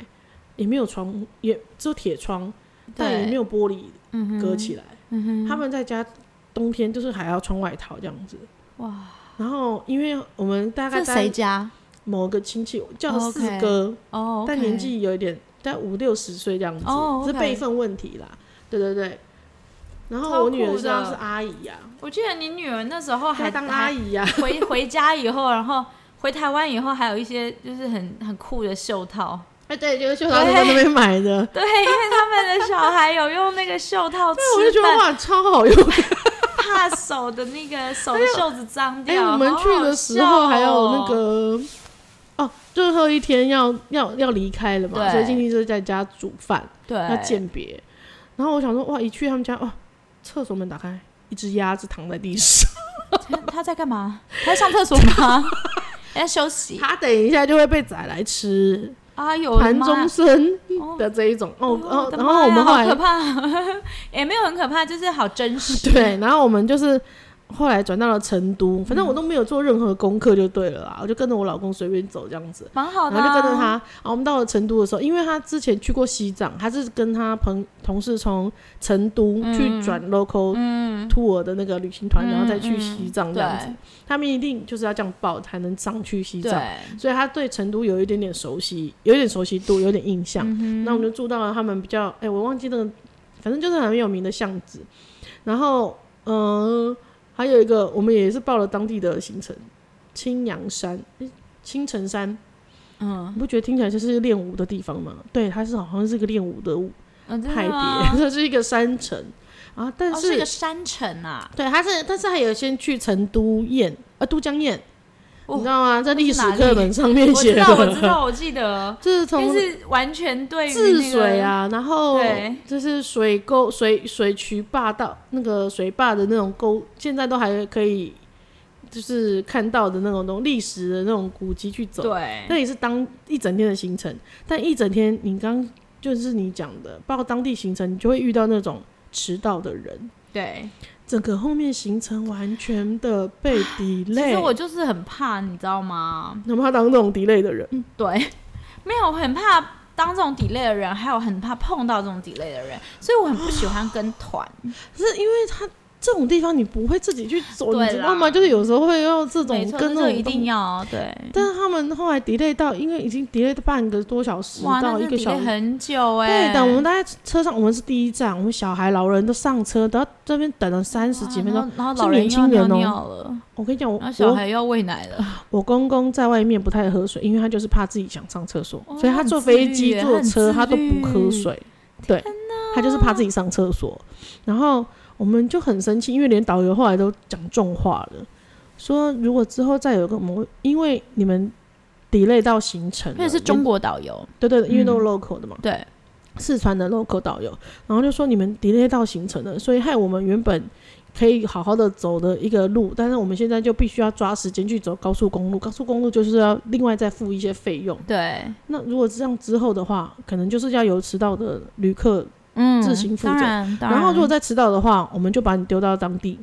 Speaker 1: 也没有窗，也只有铁窗，但也没有玻璃
Speaker 2: 嗯哼
Speaker 1: 隔起来。
Speaker 2: 嗯哼，
Speaker 1: 他们在家冬天就是还要穿外套这样子。
Speaker 2: 哇，
Speaker 1: 然后因为我们大概
Speaker 2: 这谁
Speaker 1: 在
Speaker 2: 家？
Speaker 1: 某个亲戚叫四
Speaker 2: OK
Speaker 1: 哥。
Speaker 2: 哦，
Speaker 1: 但年纪有一点，在五六十岁这样子，
Speaker 2: 哦
Speaker 1: 是
Speaker 2: OK
Speaker 1: 辈分问题啦。对对对。然
Speaker 2: 超
Speaker 1: 后我女儿
Speaker 2: 酷
Speaker 1: 现在
Speaker 2: 的
Speaker 1: 是阿姨呀、
Speaker 2: 我记得你女儿那时候
Speaker 1: 她
Speaker 2: 哦还
Speaker 1: 当阿
Speaker 2: 还
Speaker 1: 姨啊呀、
Speaker 2: 回 回家以后，然后回台湾以后，还有一些就是很很酷的袖套。
Speaker 1: 哎，对，就是秀华在那边买的。
Speaker 2: 对，因为他们的小孩有用那个袖套吃
Speaker 1: 对，我就觉得
Speaker 2: 饭，
Speaker 1: 哇，超好用！
Speaker 2: 怕手的那个手的袖子脏
Speaker 1: 哎、
Speaker 2: 掉。
Speaker 1: 我们
Speaker 2: 好好
Speaker 1: 去的时候还有那
Speaker 2: 笑哦
Speaker 1: 个，哦，最后一天要要要离开了嘛，
Speaker 2: 对
Speaker 1: 所以静静就在家煮饭，要
Speaker 2: 对，
Speaker 1: 鉴别。然后我想说，哇，一去他们家，哇，厕所门打开，一只鸭子躺在地上，
Speaker 2: 他他在干嘛？他在上厕所吗？ 在休息。
Speaker 1: 它等一下就会被宰来吃，
Speaker 2: 啊，有
Speaker 1: 盘中生。
Speaker 2: 哦
Speaker 1: 的这一种哦
Speaker 2: 哦
Speaker 1: 哦
Speaker 2: 我，的
Speaker 1: 然后我
Speaker 2: 妈呀
Speaker 1: 们后
Speaker 2: 好可
Speaker 1: 来
Speaker 2: 怕， 也没有很可怕，就是好真实。
Speaker 1: 对，然后我们就是后来转到了成都，反正我都没有做任何功课就对了啦，我就跟着我老公随便走这样子，
Speaker 2: 蛮好
Speaker 1: 然
Speaker 2: 的、
Speaker 1: 后
Speaker 2: 啊，
Speaker 1: 就跟着他。然后我们到了成都的时候，因为他之前去过西藏，他是跟他朋同事从成都
Speaker 2: 嗯
Speaker 1: 去转 local tour 的那个旅行团，然后再
Speaker 2: 嗯
Speaker 1: 去西藏这样子，他们一定就是要这样报才能上去西
Speaker 2: 对
Speaker 1: 藏。
Speaker 2: 对，
Speaker 1: 所以他对成都有一点点熟悉，有一点熟悉度，有点印象。
Speaker 2: 嗯
Speaker 1: 那我们就住到了他们比较，哎、我忘记那个，反正就是很有名的巷子。然后，嗯、还有一个我们也是报了当地的行程，青阳山、诶青城山。
Speaker 2: 嗯，
Speaker 1: 你不觉得听起来就是练武的地方吗？对，它是好像是一个练武的武
Speaker 2: 嗯真的
Speaker 1: 派
Speaker 2: 吗
Speaker 1: 别， 这是一个山城啊。但
Speaker 2: 哦，
Speaker 1: 是，
Speaker 2: 是个山城啊，
Speaker 1: 对，它是，但是还有先去成都堰，呃，都江堰。
Speaker 2: 哦
Speaker 1: 你知道吗？在历史
Speaker 2: 那是哪里
Speaker 1: 课本上面
Speaker 2: 我
Speaker 1: 写
Speaker 2: 知
Speaker 1: 的，
Speaker 2: 道，我知道，我记得，
Speaker 1: 就是从
Speaker 2: 就是完全对于、那
Speaker 1: 治
Speaker 2: 个、
Speaker 1: 水，啊，然后
Speaker 2: 对
Speaker 1: 就是水沟、水水渠坝道那个水坝的那种沟，现在都还可以，就是看到的那种东历史的那种古迹去走。
Speaker 2: 对，
Speaker 1: 那也是当一整天的行程，但一整天你刚就是你讲的报当地行程，你就会遇到那种迟到的人，
Speaker 2: 对，
Speaker 1: 整个后面行程完全的被
Speaker 2: 其
Speaker 1: delay。
Speaker 2: 实我就是很怕，你知道吗？
Speaker 1: 哪怕当这种 delay 的人，
Speaker 2: 嗯对， 没有，我很怕当这种 delay 的人，还有很怕碰到这种 delay 的人，所以我很不喜欢跟团。
Speaker 1: 是因为他这种地方你不会自己去走，
Speaker 2: 对啦
Speaker 1: 你知道吗？就是有时候会要 这种
Speaker 2: 没错，
Speaker 1: 跟
Speaker 2: 这
Speaker 1: 那
Speaker 2: 就
Speaker 1: 种
Speaker 2: 一定。要对。
Speaker 1: 但是他们后来 delay 到，因为已经 delay 到半个多小时
Speaker 2: 哇，那
Speaker 1: 到
Speaker 2: 真
Speaker 1: 一个
Speaker 2: 的 delay
Speaker 1: 小时，
Speaker 2: 很久哎、
Speaker 1: 对，等啊我们大家车上，我们是第一站，我们小孩、老人都上车，都要这边等了三十几分钟。
Speaker 2: 哇，啊然后然
Speaker 1: 是
Speaker 2: 后老人
Speaker 1: 年
Speaker 2: 又要
Speaker 1: 轻人
Speaker 2: 尿
Speaker 1: 哦
Speaker 2: 尿了，
Speaker 1: 我跟你讲，我
Speaker 2: 然后小
Speaker 1: 我
Speaker 2: 孩又要喂奶了，
Speaker 1: 我公公在外面不太喝水，因为他就是怕自己想上厕所，
Speaker 2: 哦
Speaker 1: 所以他坐飞机、
Speaker 2: 他
Speaker 1: 坐
Speaker 2: 很自律耶
Speaker 1: 车他都不喝水。对，他就是怕自己上厕所。然后我们就很生气，因为连导游后来都讲重话了，说如果之后再有个某，因为你们 delay 到行程了，
Speaker 2: 而且是中国导游，
Speaker 1: 对对，对因为都是
Speaker 2: 嗯
Speaker 1: local 的嘛，
Speaker 2: 对，
Speaker 1: 四川的 local 导游，然后就说你们 delay 到行程了，所以害我们原本可以好好的走的一个路，但是我们现在就必须要抓时间去走高速公路，高速公路就是要另外再付一些费用。
Speaker 2: 对，
Speaker 1: 那如果这样之后的话，可能就是要由迟到的旅客，
Speaker 2: 嗯，
Speaker 1: 自行负
Speaker 2: 当
Speaker 1: 责
Speaker 2: 然，当
Speaker 1: 然后如果
Speaker 2: 再
Speaker 1: 再迟到的话，我们就把你丢到当地，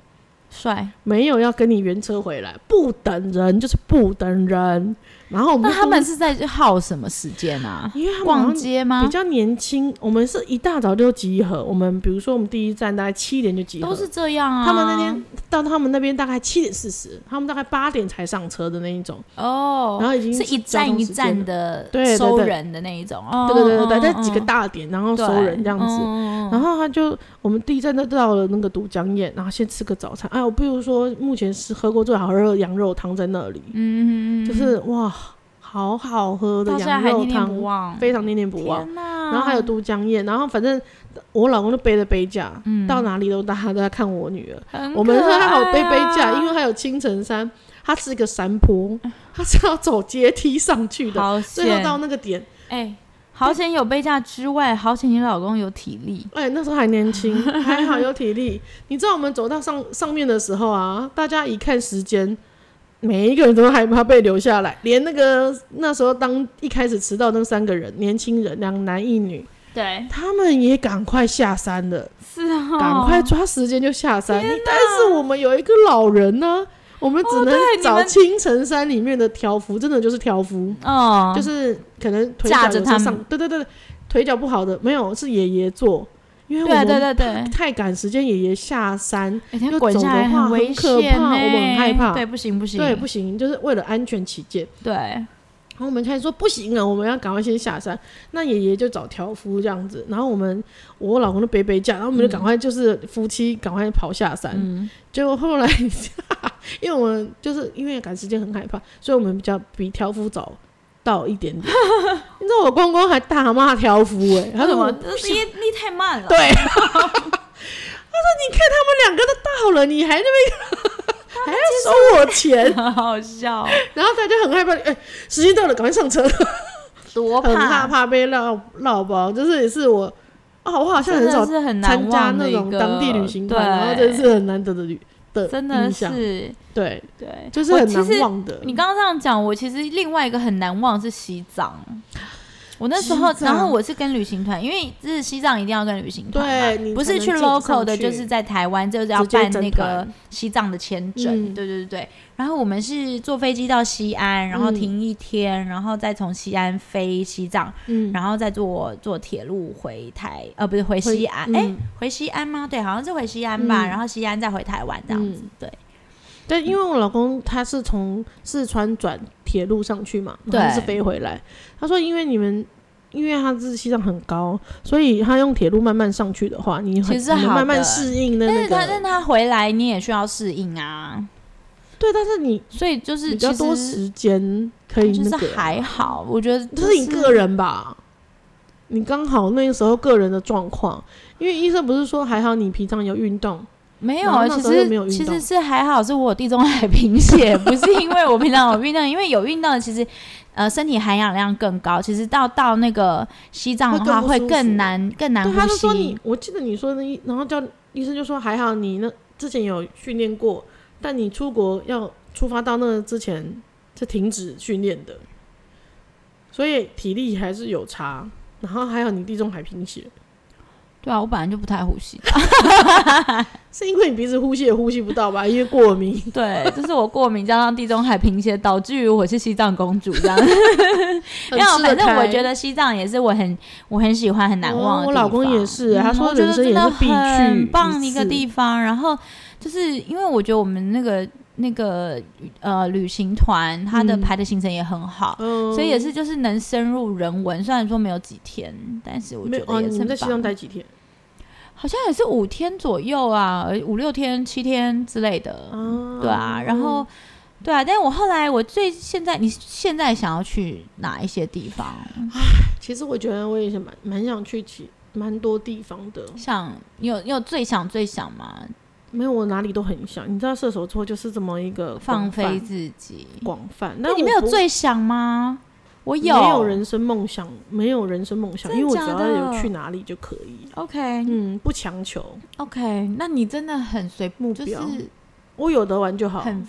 Speaker 2: 帅，
Speaker 1: 没有要跟你原车回来，不等人就是不等人。然后我们
Speaker 2: 那
Speaker 1: 就
Speaker 2: 他们是在耗什么时间啊？
Speaker 1: 因为他们好
Speaker 2: 逛
Speaker 1: 像
Speaker 2: 街
Speaker 1: 比
Speaker 2: 吗？
Speaker 1: 较年轻，我们是一大早就集合。我们比如说，我们第一站大概七点就集合，
Speaker 2: 都是这样啊。
Speaker 1: 他们那天到他们那边大概七点四十，他们大概八点才上车的那一种，
Speaker 2: 哦，
Speaker 1: 然后已经
Speaker 2: 是一
Speaker 1: 交通
Speaker 2: 站一
Speaker 1: 时间
Speaker 2: 站
Speaker 1: 了，
Speaker 2: 的
Speaker 1: 对对
Speaker 2: 收
Speaker 1: 对
Speaker 2: 人的那一种，哦，
Speaker 1: 对对对对对，
Speaker 2: 哦
Speaker 1: 在几个大点，然后收人这样
Speaker 2: 嗯
Speaker 1: 子。然后他就，我们第一站就到了那个都江堰，然后先吃个早餐。哎，我比如说，目前是喝过最好喝的羊肉汤在那里，
Speaker 2: 嗯，嗯
Speaker 1: 就是哇，好好喝的
Speaker 2: 到现在
Speaker 1: 羊
Speaker 2: 还
Speaker 1: 肉
Speaker 2: 念念
Speaker 1: 汤，
Speaker 2: 不忘，
Speaker 1: 非常念念不忘。
Speaker 2: 天哪！
Speaker 1: 然后还有都江堰，然后反正我老公就背着杯架，
Speaker 2: 嗯
Speaker 1: 到哪里都大家都在看我女儿。
Speaker 2: 很
Speaker 1: 我们
Speaker 2: 可
Speaker 1: 还好背
Speaker 2: 爱
Speaker 1: 背
Speaker 2: 啊
Speaker 1: 架，因为还有青城山，它是一个山坡， 它是要走阶梯上去的，
Speaker 2: 嗯好
Speaker 1: 最后
Speaker 2: 险，
Speaker 1: 到那个点，
Speaker 2: 哎，好险有背架之外，好险你老公有体力，
Speaker 1: 哎、那时候还年轻，还好有体力。你知道我们走到上上面的时候啊，大家一看时间。每一个人都害怕被留下来，连那个那时候当一开始迟到那三个人，年轻人，两男一女，
Speaker 2: 对，
Speaker 1: 他们也赶快下山了。
Speaker 2: 是啊，
Speaker 1: 赶快抓时间就下山。你但是我们有一个老人呢、我们只能
Speaker 2: 哦你
Speaker 1: 找
Speaker 2: 们
Speaker 1: 青城山里面的挑夫，真的就是挑夫，
Speaker 2: 哦，
Speaker 1: 就是可能腿脚
Speaker 2: 架着
Speaker 1: 有时候
Speaker 2: 他们
Speaker 1: 上，对对对，对腿脚不好的没有是爷爷做，因为我
Speaker 2: 对
Speaker 1: 们
Speaker 2: 对对对，
Speaker 1: 太赶时间，爷爷下山，
Speaker 2: 每天
Speaker 1: 又
Speaker 2: 滚
Speaker 1: 走
Speaker 2: 下
Speaker 1: 的
Speaker 2: 来
Speaker 1: 话
Speaker 2: 很
Speaker 1: 很
Speaker 2: 危险
Speaker 1: 可
Speaker 2: 呢、
Speaker 1: 怕我们很害怕
Speaker 2: 对，不行不行，
Speaker 1: 对，不行，就是为了安全起见。
Speaker 2: 对，
Speaker 1: 然后我们开始说不行了，啊我们要赶快先下山。那爷爷就找挑夫这样子，然后我们我老公就背背架，然后我们就赶快就是夫妻赶快跑下山。
Speaker 2: 嗯，
Speaker 1: 结果后来， 因为我们就是因为赶时间很害怕，所以我们比较比挑夫早到一点点。你知道我公公还大骂挑夫哎、欸，他
Speaker 2: 为什
Speaker 1: 说
Speaker 2: 么？
Speaker 1: 我
Speaker 2: 这是你你太慢了，
Speaker 1: 对，他说你看他们两个都到了，你还那边 还要收我钱，
Speaker 2: 好好 笑哦，
Speaker 1: 然后大家很害怕，哎、时间到了，赶快上车，
Speaker 2: 多
Speaker 1: 很怕怕被绕绕包，就是也是我啊、我好像
Speaker 2: 真
Speaker 1: 很少
Speaker 2: 的是很难
Speaker 1: 参加
Speaker 2: 忘的
Speaker 1: 那
Speaker 2: 一
Speaker 1: 种
Speaker 2: 个
Speaker 1: 当地旅行团，
Speaker 2: 对
Speaker 1: 然后这是很难得的旅的
Speaker 2: 真的
Speaker 1: 印象
Speaker 2: 是
Speaker 1: 对，
Speaker 2: 对，
Speaker 1: 就是
Speaker 2: 我
Speaker 1: 很
Speaker 2: 其
Speaker 1: 难
Speaker 2: 实
Speaker 1: 忘啊的。
Speaker 2: 你刚刚这样讲，我其实另外一个很难忘是西藏。我那时候，
Speaker 1: 西藏
Speaker 2: 然后我是跟旅行团，因为就是西藏一定要跟旅行团
Speaker 1: 对
Speaker 2: 嘛，
Speaker 1: 你
Speaker 2: 不
Speaker 1: 才
Speaker 2: 是
Speaker 1: 能
Speaker 2: 去
Speaker 1: 进得
Speaker 2: local
Speaker 1: 上
Speaker 2: 的，
Speaker 1: 去
Speaker 2: 就是在台湾就是要
Speaker 1: 直接
Speaker 2: 办
Speaker 1: 整
Speaker 2: 那个
Speaker 1: 团
Speaker 2: 西藏的签证，
Speaker 1: 嗯
Speaker 2: 对对对对。然后我们是坐飞机到西安，然后
Speaker 1: 嗯
Speaker 2: 停一天，然后再从西安飞西藏，
Speaker 1: 嗯，
Speaker 2: 然后再坐坐铁路回台，呃，不是回
Speaker 1: 回
Speaker 2: 西安，
Speaker 1: 嗯
Speaker 2: 哎、回西安吗？对，好像是回西安吧，
Speaker 1: 嗯
Speaker 2: 然后西安再回台湾这样子，对。
Speaker 1: 对，因为我老公他是从四川转铁路上去嘛，然后
Speaker 2: 对
Speaker 1: 是飞回来。他说，因为你们，因为他是西藏很高，所以他用铁路慢慢上去的话，你很
Speaker 2: 其实
Speaker 1: 你
Speaker 2: 好
Speaker 1: 慢慢
Speaker 2: 的
Speaker 1: 适应的
Speaker 2: 但
Speaker 1: 那
Speaker 2: 是他，但
Speaker 1: 个。
Speaker 2: 他回来你也需要适应啊，
Speaker 1: 对，但是你
Speaker 2: 所以就是
Speaker 1: 比较
Speaker 2: 其
Speaker 1: 多
Speaker 2: 实
Speaker 1: 时间可以
Speaker 2: 就
Speaker 1: 那
Speaker 2: 是
Speaker 1: 个，
Speaker 2: 还好，我觉得
Speaker 1: 这是你个人吧？你刚好那个时候个人的状况，因为医生不是说还好你平常有运动，
Speaker 2: 没有
Speaker 1: 然后
Speaker 2: 啊，
Speaker 1: 那
Speaker 2: 其
Speaker 1: 时候又没有
Speaker 2: 实
Speaker 1: 运
Speaker 2: 其
Speaker 1: 动
Speaker 2: 实是还好，是我有地中海贫血， 不是因为我平常有运动，因为有运动其实呃身体含氧量更高，其实到到那个西藏的
Speaker 1: 会更
Speaker 2: 话
Speaker 1: 不
Speaker 2: 会
Speaker 1: 舒
Speaker 2: 更
Speaker 1: 服
Speaker 2: 难更难
Speaker 1: 对，
Speaker 2: 呼
Speaker 1: 他就说你
Speaker 2: 吸，，
Speaker 1: 我记得你说的一，然后叫医生就说还好你那之前有训练过，但你出国要出发到那之前是停止训练的，所以体力还是有差。然后还有你地中海贫血，
Speaker 2: 对啊，我本来就不太呼吸的，
Speaker 1: 是因为你鼻子呼吸也呼吸不到吧？因为过敏。
Speaker 2: 对，就是我过敏加上地中海贫血，导致于我是西藏公主这样。
Speaker 1: 很
Speaker 2: 没有，
Speaker 1: 吃得
Speaker 2: 反正我
Speaker 1: 开
Speaker 2: 觉得西藏也是我很我很喜欢很难忘
Speaker 1: 哦
Speaker 2: 的地方、
Speaker 1: 我老公也是
Speaker 2: 嗯
Speaker 1: 他说
Speaker 2: 我觉得
Speaker 1: 人生
Speaker 2: 真的
Speaker 1: 也是必去
Speaker 2: 很棒的一
Speaker 1: 一
Speaker 2: 个
Speaker 1: 次
Speaker 2: 地方。然后就是因为我觉得我们那个那个呃旅行团，它的
Speaker 1: 嗯
Speaker 2: 排的行程也很好，
Speaker 1: 嗯，
Speaker 2: 所以也是就是能深入人文。虽然说没有几天，但是我
Speaker 1: 没
Speaker 2: 觉
Speaker 1: 有哦，
Speaker 2: 得也
Speaker 1: 你
Speaker 2: 是
Speaker 1: 们在
Speaker 2: 很
Speaker 1: 西藏
Speaker 2: 棒。
Speaker 1: 待几天？
Speaker 2: 好像也是五天左右啊，五六天、七天之类的。
Speaker 1: 啊
Speaker 2: 对啊，然后对啊，但是我后来我最现在你现在想要去哪一些地方？
Speaker 1: 其实我觉得我也是蛮蛮想去其蛮多地方的，
Speaker 2: 像你有你有最想最想吗？
Speaker 1: 没有我哪里都很想。你知道射手座就是这么一个
Speaker 2: 放
Speaker 1: 广泛
Speaker 2: 飞自己。
Speaker 1: 广泛，
Speaker 2: 那
Speaker 1: 那
Speaker 2: 你
Speaker 1: 我
Speaker 2: 没有
Speaker 1: 不
Speaker 2: 最想吗？我有。
Speaker 1: 没有人生梦想，没有人生梦想，
Speaker 2: 真
Speaker 1: 因为我只
Speaker 2: 假
Speaker 1: 要
Speaker 2: 的
Speaker 1: 有去哪里就可以。
Speaker 2: OK
Speaker 1: 嗯，不强求，
Speaker 2: OK，那你真的很随
Speaker 1: 目
Speaker 2: 就
Speaker 1: 标
Speaker 2: 是
Speaker 1: 我有得玩就好。
Speaker 2: 很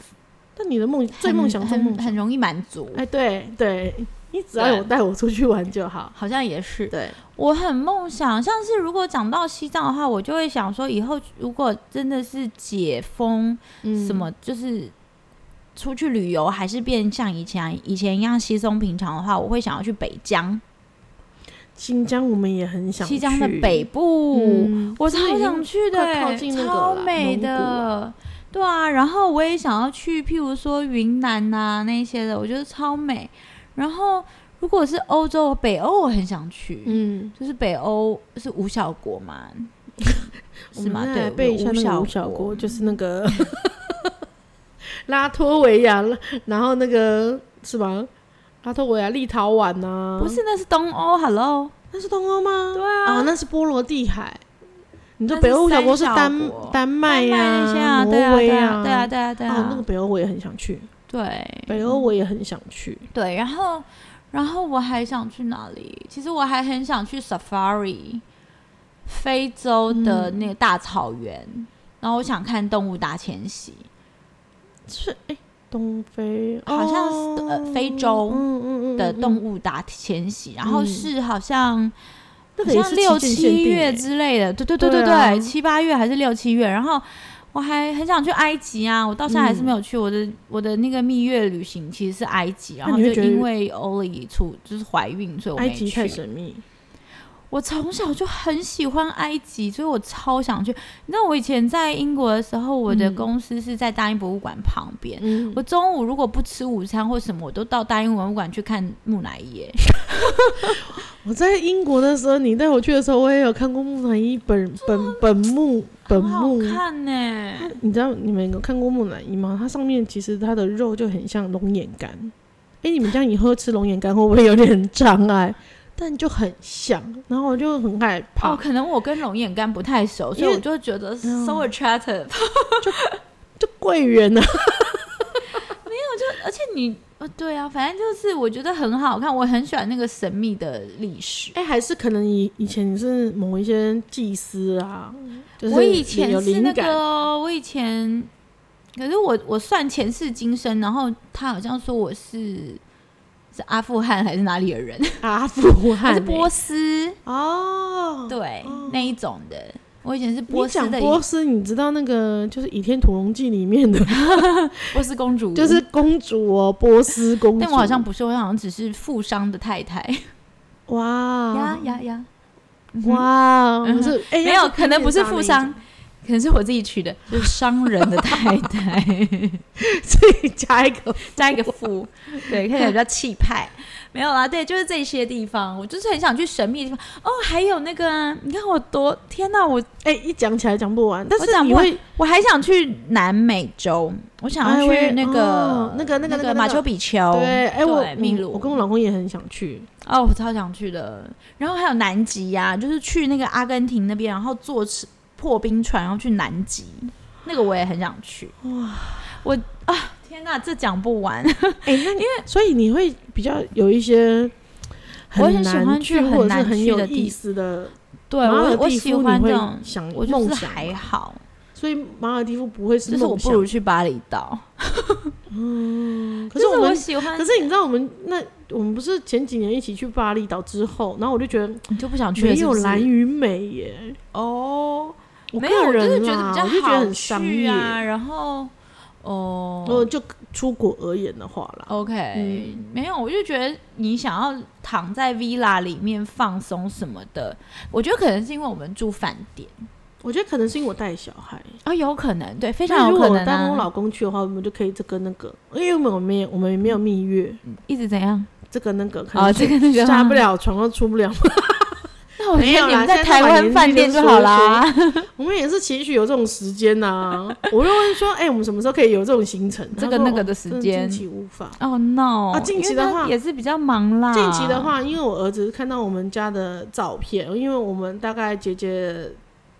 Speaker 1: 但你的梦最
Speaker 2: 很
Speaker 1: 梦想最梦
Speaker 2: 很
Speaker 1: 想
Speaker 2: 很，容易满足。
Speaker 1: 哎，对对，你只要有带我出去玩就好。
Speaker 2: 好像也是，
Speaker 1: 对，
Speaker 2: 我很梦想，像是如果讲到西藏的话，我就会想说，以后如果真的是解封，
Speaker 1: 嗯
Speaker 2: 什么就是出去旅游还是变像以前以前一样稀松平常的话，我会想要去北疆，
Speaker 1: 嗯新疆我们也很想去，
Speaker 2: 西藏的北部，
Speaker 1: 嗯，
Speaker 2: 我
Speaker 1: 真的
Speaker 2: 超
Speaker 1: 已经
Speaker 2: 想去的、
Speaker 1: 快
Speaker 2: 欸，
Speaker 1: 靠近那个
Speaker 2: 超
Speaker 1: 啦
Speaker 2: 美
Speaker 1: 蒙古
Speaker 2: 的。
Speaker 1: 啊
Speaker 2: 对啊，然后我也想要去，譬如说云南呐、那些的，我觉得超美。然后如果是欧洲，北欧我很想去，
Speaker 1: 嗯，
Speaker 2: 就是北欧是五小 国嘛，
Speaker 1: 我
Speaker 2: 是
Speaker 1: 们
Speaker 2: 吗？
Speaker 1: 再
Speaker 2: 对，
Speaker 1: 来背一下那个
Speaker 2: 小
Speaker 1: 五小国，就是那 个拉脱维亚，然后那个是吧？拉脱维亚、立陶宛啊呐、
Speaker 2: 不是，那是东欧，Hello，
Speaker 1: 那是东欧吗？
Speaker 2: 对啊
Speaker 1: 哦，那是波罗的海。你说
Speaker 2: 那
Speaker 1: 北
Speaker 2: 是
Speaker 1: 欧五小国是
Speaker 2: 三小
Speaker 1: 丹
Speaker 2: 国
Speaker 1: 丹麦呀、
Speaker 2: 丹麦那些啊，对
Speaker 1: 挪
Speaker 2: 啊，
Speaker 1: 威
Speaker 2: 对啊，对啊，对啊，对
Speaker 1: 哦，那个
Speaker 2: 啊，
Speaker 1: 北欧我也很想去，
Speaker 2: 对
Speaker 1: 北欧我也很想去。
Speaker 2: 对，然后然后我还想去哪里？其实我还很想去 safari，非洲的
Speaker 1: 嗯
Speaker 2: 那个大草原，然后我想看动物大迁徙，
Speaker 1: 是哎、东非
Speaker 2: 好像是
Speaker 1: 哦
Speaker 2: 呃非洲
Speaker 1: 嗯嗯嗯
Speaker 2: 的动
Speaker 1: 物，
Speaker 2: 物大迁徙，然后
Speaker 1: 嗯
Speaker 2: 是好像。
Speaker 1: 那
Speaker 2: 好
Speaker 1: 个也
Speaker 2: 像
Speaker 1: 是
Speaker 2: 六
Speaker 1: 期间限
Speaker 2: 七
Speaker 1: 定
Speaker 2: 月
Speaker 1: 欸
Speaker 2: 之类的，对对对
Speaker 1: 对
Speaker 2: 对
Speaker 1: 啊
Speaker 2: 对，七八月还是六七月，然后我还很想去埃及啊，我到现在还
Speaker 1: 嗯
Speaker 2: 是没有去。我的我的那个蜜月旅行其实是埃及，然后
Speaker 1: 你会
Speaker 2: 就
Speaker 1: 觉得
Speaker 2: 因为欧里出就是怀孕，所以我
Speaker 1: 埃
Speaker 2: 没
Speaker 1: 及太
Speaker 2: 去。
Speaker 1: 神秘，
Speaker 2: 我从小就很喜欢埃及，所以我超想去。你知道我以前在英国的时候，我的
Speaker 1: 嗯
Speaker 2: 公司是在大英博物馆旁边。
Speaker 1: 嗯
Speaker 2: 我中午如果不吃午餐或什么，我都到大英博物馆去看木乃伊耶。
Speaker 1: 我在英国的时候，你带我去的时候，我也有看过木乃伊本本本木本
Speaker 2: 很好
Speaker 1: 木。
Speaker 2: 看呢、
Speaker 1: 你知道你们有看过木乃伊吗？它上面其实它的肉就很像龙眼干。哎、你们这样以后吃龙眼干会不会有点障 碍？但就很像，然后我就很害怕，
Speaker 2: 哦，可能我跟龙眼干不太熟，所
Speaker 1: 因
Speaker 2: 以
Speaker 1: 为
Speaker 2: 我就会觉得
Speaker 1: 嗯
Speaker 2: so attractive。
Speaker 1: 就桂圆 啊，
Speaker 2: 而且你，呃，对啊，反正就是我觉得很好看，我很喜欢那个神秘的历史。
Speaker 1: 哎、还是可能以以前你是某一些祭司啊，就是
Speaker 2: 嗯我以前
Speaker 1: 有
Speaker 2: 是
Speaker 1: 灵
Speaker 2: 那
Speaker 1: 感，
Speaker 2: 个哦，我以前，可是我我算前世今生，然后他好像说我是是阿富汗还是哪里的人，
Speaker 1: 阿富
Speaker 2: 还
Speaker 1: 汗、
Speaker 2: 是
Speaker 1: 欸、
Speaker 2: 波斯，
Speaker 1: 哦，
Speaker 2: 对、
Speaker 1: 哦
Speaker 2: 那一种的。我以前是
Speaker 1: 你
Speaker 2: 波斯
Speaker 1: 讲
Speaker 2: 的
Speaker 1: 波斯，你知道那个就是《倚天屠龙记》里面的，
Speaker 2: 波斯公主，
Speaker 1: 就是公主哦，波斯公主。
Speaker 2: 但我好像不是，我好像只是富商的太太。
Speaker 1: 哇
Speaker 2: 呀呀呀！嗯哼
Speaker 1: 哇，
Speaker 2: 嗯哼
Speaker 1: 不是哎，
Speaker 2: 没
Speaker 1: 要
Speaker 2: 有，可能不是富商
Speaker 1: 变大，
Speaker 2: 可能是我自己取的，就是商人的太太，
Speaker 1: 那一种，所以加一个
Speaker 2: 加一个富，对，看起来比较气派。没有啦，对，就是这些地方，我就是很想去神秘的地方。哦，还有那个啊，你看我多天哪，我
Speaker 1: 哎，一讲起来讲不完，但
Speaker 2: 我
Speaker 1: 是
Speaker 2: 讲
Speaker 1: 你
Speaker 2: 不完
Speaker 1: 会
Speaker 2: 我还想去南美洲，我想
Speaker 1: 哎
Speaker 2: 要
Speaker 1: 喂
Speaker 2: 去那
Speaker 1: 哦
Speaker 2: 个
Speaker 1: 那个那个那个
Speaker 2: 马丘比丘，
Speaker 1: 对哎，我
Speaker 2: 秘
Speaker 1: 我
Speaker 2: 鲁，
Speaker 1: 我跟我老公也很想去，
Speaker 2: 哦，我超想去的。然后还有南极呀、就是去那个阿根廷那边，然后坐吃破冰船，然后去南极，那个我也很想去。哇，我啊，天哪，这讲 不完。
Speaker 1: 哎，那因为所以你会比较有一些。
Speaker 2: 我很喜
Speaker 1: 难
Speaker 2: 欢去很
Speaker 1: 或者是
Speaker 2: 难
Speaker 1: 很
Speaker 2: 去
Speaker 1: 有
Speaker 2: 的地
Speaker 1: 意思的。
Speaker 2: 对
Speaker 1: 马尔
Speaker 2: 我，我
Speaker 1: 地
Speaker 2: 喜
Speaker 1: 夫
Speaker 2: 欢
Speaker 1: 你
Speaker 2: 这
Speaker 1: 会
Speaker 2: 种，
Speaker 1: 想
Speaker 2: 我就
Speaker 1: 梦
Speaker 2: 是
Speaker 1: 想
Speaker 2: 还
Speaker 1: 吗，
Speaker 2: 好，
Speaker 1: 所以马尔地夫不会是
Speaker 2: 就是我
Speaker 1: 梦
Speaker 2: 不
Speaker 1: 想。
Speaker 2: 如去巴厘岛。
Speaker 1: 嗯，可
Speaker 2: 就是
Speaker 1: 我们
Speaker 2: 喜欢，
Speaker 1: 可是你知道我们那我们不是前几年一起去巴厘岛之后，然后我就觉得
Speaker 2: 你就不想去了
Speaker 1: 没
Speaker 2: 是
Speaker 1: 有
Speaker 2: 不是
Speaker 1: 蓝与美耶，
Speaker 2: 哦，
Speaker 1: 我
Speaker 2: 没有，
Speaker 1: 个
Speaker 2: 我就是
Speaker 1: 人
Speaker 2: 觉得
Speaker 1: 啦
Speaker 2: 比较
Speaker 1: 我就觉得很
Speaker 2: 好
Speaker 1: 商
Speaker 2: 去
Speaker 1: 业。
Speaker 2: 啊，然后哦，
Speaker 1: 如果就出国而言的话啦，
Speaker 2: OK，、
Speaker 1: 嗯
Speaker 2: 没有，我就觉得你想要躺在 villa 里面放松什么的，我觉得可能是因为我们住饭店，
Speaker 1: 我觉得可能是因为我带小孩，
Speaker 2: 哦，有可能，对，非
Speaker 1: 所以
Speaker 2: 常有
Speaker 1: 如
Speaker 2: 可
Speaker 1: 果我
Speaker 2: 能、
Speaker 1: 带跟我
Speaker 2: 啊。
Speaker 1: 老公去的话，我们就可以这个那个，因为我们没有我们没有蜜月，
Speaker 2: 一直怎样？
Speaker 1: 这个那个可能
Speaker 2: 哦，
Speaker 1: 是
Speaker 2: 这个那个吗
Speaker 1: 下不。了床又出不了门。
Speaker 2: 那我觉
Speaker 1: 没有啦
Speaker 2: 得你们
Speaker 1: 现在
Speaker 2: 台
Speaker 1: 都把
Speaker 2: 湾
Speaker 1: 年
Speaker 2: 饭
Speaker 1: 纪
Speaker 2: 店
Speaker 1: 都
Speaker 2: 就
Speaker 1: 说
Speaker 2: 好
Speaker 1: 一
Speaker 2: 啦。
Speaker 1: 我们也是期许有这种时间呐、我就问说，哎、我们什么时候可以有这种行程？
Speaker 2: 这
Speaker 1: 他
Speaker 2: 个
Speaker 1: 说哦
Speaker 2: 那个的时
Speaker 1: 真
Speaker 2: 间
Speaker 1: 近期无法。
Speaker 2: 哦、no！
Speaker 1: 啊近期
Speaker 2: 因
Speaker 1: 的
Speaker 2: 为他
Speaker 1: 话
Speaker 2: 也是比较忙啦。
Speaker 1: 近期的，话，因为我儿子看到我们家的照片，因为我们大概姐姐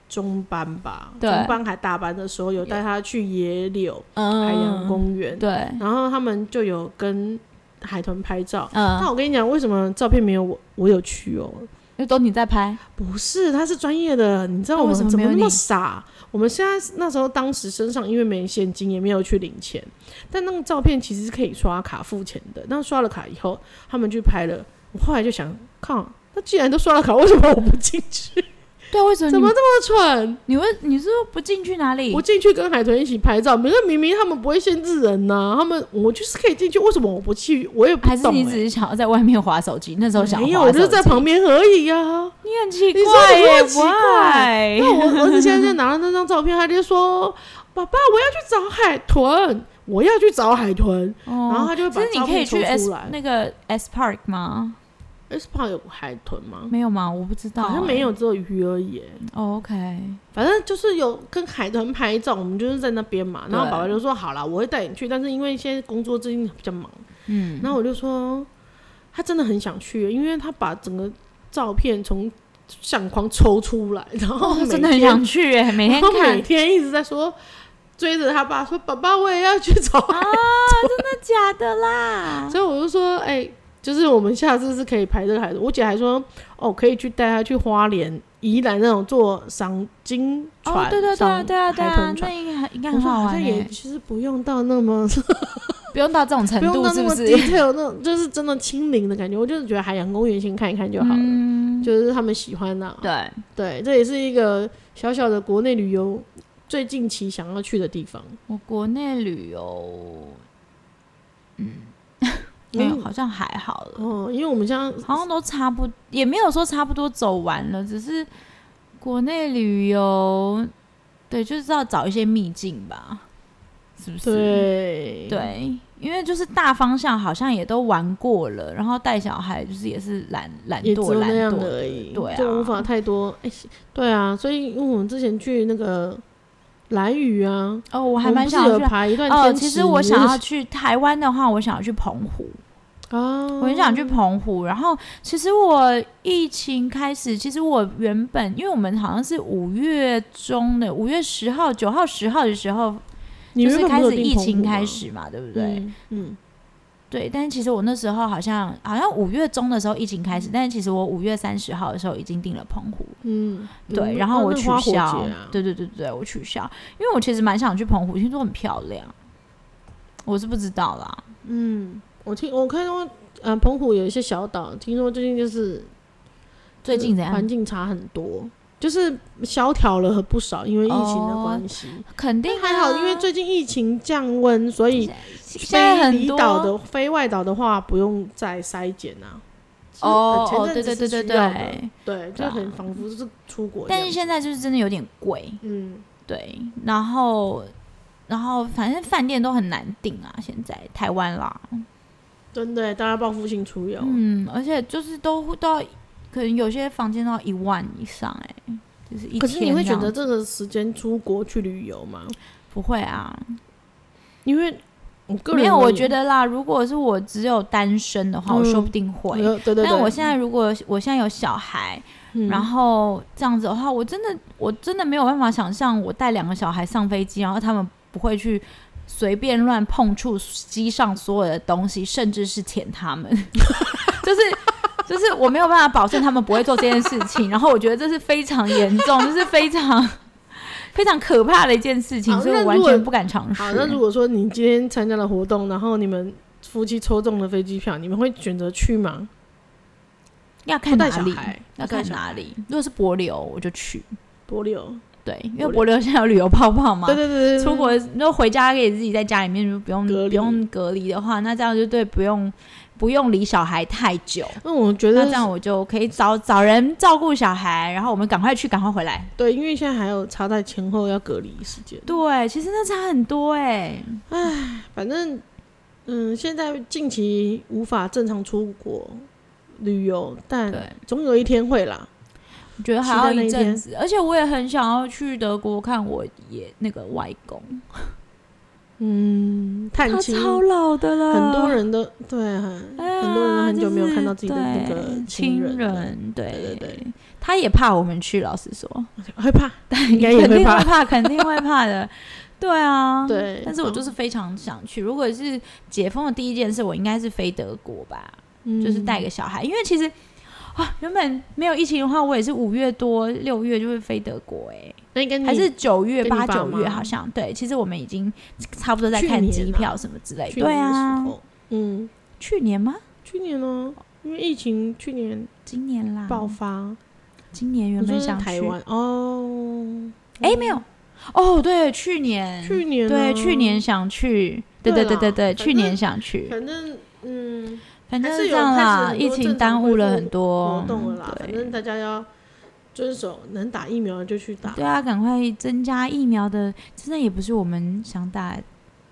Speaker 1: 中班吧，
Speaker 2: 对
Speaker 1: 中班还大班的时候，有带他去野柳
Speaker 2: 嗯，
Speaker 1: 海洋公园，
Speaker 2: 对，
Speaker 1: 然后他们就有跟海豚拍照。
Speaker 2: 嗯，
Speaker 1: 那我跟你讲，为什么照片没有我我有去哦？
Speaker 2: 就都你在拍，
Speaker 1: 不是，他是专业的，你知道我
Speaker 2: 那为
Speaker 1: 们
Speaker 2: 什么
Speaker 1: 怎
Speaker 2: 没
Speaker 1: 么
Speaker 2: 有
Speaker 1: 那么
Speaker 2: 你
Speaker 1: 傻？我们现在那时候当时身上因为没现金，也没有去领钱，但那个照片其实是可以刷卡付钱的。那刷了卡以后，他们去拍了，我后来就想，靠，那既然都刷了卡，为什么我不进去？
Speaker 2: 对，啊为什么
Speaker 1: 怎么
Speaker 2: 你
Speaker 1: 这么蠢？
Speaker 2: 你会你是不是不进去哪里
Speaker 1: 我？进去跟海豚一起拍照，可是明明他们不会限制人呐、他们我就是可以进去，为什么我不去？我也不
Speaker 2: 还是
Speaker 1: 懂、
Speaker 2: 你
Speaker 1: 欸。
Speaker 2: 只是想要在外面划手机？那时候想
Speaker 1: 没有，
Speaker 2: 滑
Speaker 1: 我就是
Speaker 2: 手
Speaker 1: 在
Speaker 2: 机
Speaker 1: 旁，边而已啊呀、
Speaker 2: 你很奇
Speaker 1: 你说
Speaker 2: 怪
Speaker 1: 你会
Speaker 2: 耶，
Speaker 1: 奇 怪
Speaker 2: why？
Speaker 1: 那我儿子现在就拿了那张照片，他就说：“爸爸，我要去找海豚，我要去找海豚。
Speaker 2: 哦
Speaker 1: 然后他就会把
Speaker 2: 其实你
Speaker 1: 照
Speaker 2: 可以
Speaker 1: 片
Speaker 2: 去
Speaker 1: 抽
Speaker 2: S
Speaker 1: 出来。
Speaker 2: 那个 S Park 吗？
Speaker 1: S Park 有海豚吗？
Speaker 2: 没有吗？我不知道、
Speaker 1: 嗯
Speaker 2: 欸
Speaker 1: 好像没有，只有鱼而已。
Speaker 2: 哦 OK，
Speaker 1: 反正就是有跟海豚拍照，我们就是在那边嘛。然后
Speaker 2: 对
Speaker 1: 爸爸就说：“好啦，我会带你去，但是因为现在工作最近比较忙。”
Speaker 2: 嗯，
Speaker 1: 然后我就说：“他真的很想去，因为他把整个照片从相框抽出来，然后
Speaker 2: 哦，
Speaker 1: 每
Speaker 2: 真的很
Speaker 1: 天
Speaker 2: 想 去耶，每天
Speaker 1: 然后
Speaker 2: 看
Speaker 1: 每，天一直在说，追着他爸说：“爸爸，我也要去找。
Speaker 2: 啊，真的假的 啦？
Speaker 1: 所以我就说：“哎、就是我们下次是可以排这个孩子。”我姐还说：“哦，可以去带他去花莲、宜兰那种坐赏金
Speaker 2: 哦
Speaker 1: 船，，
Speaker 2: 对对对啊
Speaker 1: 赏
Speaker 2: 对啊对
Speaker 1: 海
Speaker 2: 啊
Speaker 1: 豚，
Speaker 2: 那
Speaker 1: 船。
Speaker 2: 应该应该
Speaker 1: 我
Speaker 2: 很
Speaker 1: 说
Speaker 2: 好
Speaker 1: 好
Speaker 2: 玩欸
Speaker 1: 像也
Speaker 2: 耶，
Speaker 1: 其实不用到那么
Speaker 2: 不用到这种程
Speaker 1: 不用
Speaker 2: 度
Speaker 1: 到
Speaker 2: 是
Speaker 1: 那
Speaker 2: 不
Speaker 1: 么
Speaker 2: 是？
Speaker 1: detail 那种，就是真的亲临的感觉。我就是觉得海洋公园先看一看就好了，
Speaker 2: 嗯，
Speaker 1: 就是他们喜欢啊呐、
Speaker 2: 对，
Speaker 1: 对，这也是一个小小的国内旅游最近期想要去的地方。
Speaker 2: 我国内旅游，嗯，没有，好像还好了。
Speaker 1: 哦，因为我们现在
Speaker 2: 好像都差不，也没有说差不多走完了，只是国内旅游，对，就是要找一些秘境吧，是不是？
Speaker 1: 对，
Speaker 2: 对，因为就是大方向好像也都玩过了，然后带小孩就是也是懒懒
Speaker 1: 也只
Speaker 2: 惰
Speaker 1: 有
Speaker 2: 懒
Speaker 1: 那样
Speaker 2: 惰
Speaker 1: 的而已，
Speaker 2: 对啊，
Speaker 1: 就无法太多。哎、对啊，所以因为我们之前去那个蓝屿啊，
Speaker 2: 哦，我
Speaker 1: 我
Speaker 2: 还
Speaker 1: 们
Speaker 2: 蛮
Speaker 1: 不是
Speaker 2: 想要
Speaker 1: 有
Speaker 2: 去。
Speaker 1: 排一段
Speaker 2: 哦，
Speaker 1: 天
Speaker 2: 其
Speaker 1: 池
Speaker 2: 实我想要去台湾的话，我想要去澎湖，
Speaker 1: 啊，
Speaker 2: 我很想去澎湖。然后，其实我疫情开始，其实我原本因为我们好像是五月中的五月十号、九号、十号的时候，
Speaker 1: 你
Speaker 2: 就
Speaker 1: 原
Speaker 2: 是
Speaker 1: 本
Speaker 2: 开
Speaker 1: 不有
Speaker 2: 始
Speaker 1: 订
Speaker 2: 疫
Speaker 1: 澎湖
Speaker 2: 情
Speaker 1: 吗
Speaker 2: 开，始嘛，对不对？
Speaker 1: 嗯嗯，
Speaker 2: 对，但其实我那时候好像好像五月中的时候疫情开始，但其实我五月三十号的时候已经订了澎湖，
Speaker 1: 嗯，
Speaker 2: 对，
Speaker 1: 嗯
Speaker 2: 然后
Speaker 1: 哦
Speaker 2: 我
Speaker 1: 那
Speaker 2: 取
Speaker 1: 花火节
Speaker 2: 消，
Speaker 1: 啊，
Speaker 2: 对对对对，我取消，因为我其实蛮想去澎湖，听说很漂亮，我是不知道啦，
Speaker 1: 嗯，我听我看说，呃，澎湖有一些小岛，听说最近就是
Speaker 2: 最近怎样
Speaker 1: 环？境差很多。就是萧条了不少，因为疫情的
Speaker 2: 哦
Speaker 1: 关系。
Speaker 2: 肯定、
Speaker 1: 但
Speaker 2: 啊、
Speaker 1: 还好，因为最近疫情降温，所以
Speaker 2: 现在
Speaker 1: 非
Speaker 2: 很
Speaker 1: 离
Speaker 2: 多
Speaker 1: 岛的非外岛的话，不用再筛检啊。是
Speaker 2: 哦
Speaker 1: 前
Speaker 2: 哦，
Speaker 1: 阵
Speaker 2: 对
Speaker 1: 子
Speaker 2: 对对
Speaker 1: 是
Speaker 2: 对
Speaker 1: 需要的
Speaker 2: 对，
Speaker 1: 对，
Speaker 2: 对
Speaker 1: 就
Speaker 2: 啊
Speaker 1: 很仿佛是出国一样。
Speaker 2: 但是现在就是真的有点贵，
Speaker 1: 嗯，
Speaker 2: 对，然后然后反正饭店都很难订啊，现在台湾啦，
Speaker 1: 真的耶，大家报复性出游，
Speaker 2: 嗯，而且就是都到可能有些房间都要一万以上哎、就是一
Speaker 1: 可是你
Speaker 2: 天
Speaker 1: 会
Speaker 2: 这
Speaker 1: 选
Speaker 2: 样
Speaker 1: 择这个时间出国去旅游吗？
Speaker 2: 不会啊？
Speaker 1: 因为我个人
Speaker 2: 没有，我觉
Speaker 1: 得，
Speaker 2: 得啦，如果是我只有单身的话，我说不定会。
Speaker 1: 呃对对对，
Speaker 2: 但我现在如果我现在有小孩，
Speaker 1: 嗯
Speaker 2: 然后这样子的话，我真的我真的没有办法想象我带两个小孩上飞机，然后他们不会去随便乱碰触机上所有的东西，甚至是舔他们， 就是。 就是我没有办法保证他们不会做这件事情，然后我觉得这是非常严重，就是非常 非常可怕的一件事情，
Speaker 1: 好
Speaker 2: 所以我
Speaker 1: 那
Speaker 2: 完
Speaker 1: 如果
Speaker 2: 全不敢尝试。
Speaker 1: 好，那如果说你今天参加了活动，然后你们夫妻抽中了飞机票，你们会选择去吗？
Speaker 2: 要
Speaker 1: 不
Speaker 2: 看哪
Speaker 1: 带小
Speaker 2: 里，
Speaker 1: 孩，
Speaker 2: 要
Speaker 1: 不带
Speaker 2: 看
Speaker 1: 小
Speaker 2: 哪
Speaker 1: 孩，
Speaker 2: 里。如果是柏流，我就去，
Speaker 1: 多留。
Speaker 2: 对，因为
Speaker 1: 柏
Speaker 2: 柏流现在有旅游泡泡嘛，
Speaker 1: 对对对对，对
Speaker 2: 出国，那回家可以自己在家里面，就不用
Speaker 1: 隔离
Speaker 2: 不用隔离的话，那这样就对不用不用理小孩太久。
Speaker 1: 那我觉
Speaker 2: 那
Speaker 1: 得
Speaker 2: 这样我就可以找找人照顾小孩，然后我们赶快去，赶快回来。
Speaker 1: 对，因为现在还有插在前后要隔离时间。
Speaker 2: 对，其实那差很多哎、
Speaker 1: 反正，嗯，现在近期无法正常出国旅游，但
Speaker 2: 对，
Speaker 1: 总有一天会啦。
Speaker 2: 我觉得还要一阵子，而且我也很想要去德国看我爷那个外公，
Speaker 1: 嗯，探
Speaker 2: 他
Speaker 1: 亲，
Speaker 2: 超老的了，
Speaker 1: 很多人都对啊、
Speaker 2: 哎呀，
Speaker 1: 很多人都很久没有看到自己的
Speaker 2: 就是
Speaker 1: 那个
Speaker 2: 对
Speaker 1: 亲
Speaker 2: 亲
Speaker 1: 人了
Speaker 2: 对
Speaker 1: 对对对，
Speaker 2: 他也怕我们去，老实说，
Speaker 1: 害怕，应该也
Speaker 2: 肯
Speaker 1: 会
Speaker 2: 定
Speaker 1: 怕
Speaker 2: 会怕，肯定会怕的。对啊，
Speaker 1: 对嗯
Speaker 2: 但是我就是非常想去。如果是解封的第一件事，我应该是飞德国吧，
Speaker 1: 嗯
Speaker 2: 就是带给小孩，因为其实啊，原本没有疫情的话，我也是五月多六月就会飞德国、欸，
Speaker 1: 那跟你
Speaker 2: 还是九月
Speaker 1: 嗯跟你
Speaker 2: 八
Speaker 1: 爸
Speaker 2: 九月
Speaker 1: 妈
Speaker 2: 好像对。其实我们已经差不多在
Speaker 1: 去
Speaker 2: 看
Speaker 1: 年
Speaker 2: 机
Speaker 1: 啊
Speaker 2: 票什么之类
Speaker 1: 去
Speaker 2: 对
Speaker 1: 年的
Speaker 2: 啊
Speaker 1: 时，候，嗯，
Speaker 2: 去年吗？
Speaker 1: 去年呢、因为疫情去年
Speaker 2: 今年啦，
Speaker 1: 爆发，
Speaker 2: 今年
Speaker 1: 我
Speaker 2: 原
Speaker 1: 说
Speaker 2: 本
Speaker 1: 是
Speaker 2: 嗯想去
Speaker 1: 台湾哦，
Speaker 2: 哎、没有，哦，对，去年，
Speaker 1: 去年啊
Speaker 2: 对，去年，想去，对
Speaker 1: 对
Speaker 2: 对
Speaker 1: 啦
Speaker 2: 对对对，
Speaker 1: 反正
Speaker 2: 去年想去，
Speaker 1: 反正嗯。
Speaker 2: 反正
Speaker 1: 还
Speaker 2: 是
Speaker 1: 是有
Speaker 2: 这样啦，
Speaker 1: 开始很多
Speaker 2: 疫情耽误了很多
Speaker 1: 活动了啦，反
Speaker 2: 嗯对
Speaker 1: 正大家要遵守，能打疫苗就去打。
Speaker 2: 对啊，赶快增加疫苗的，真的也不是我们想打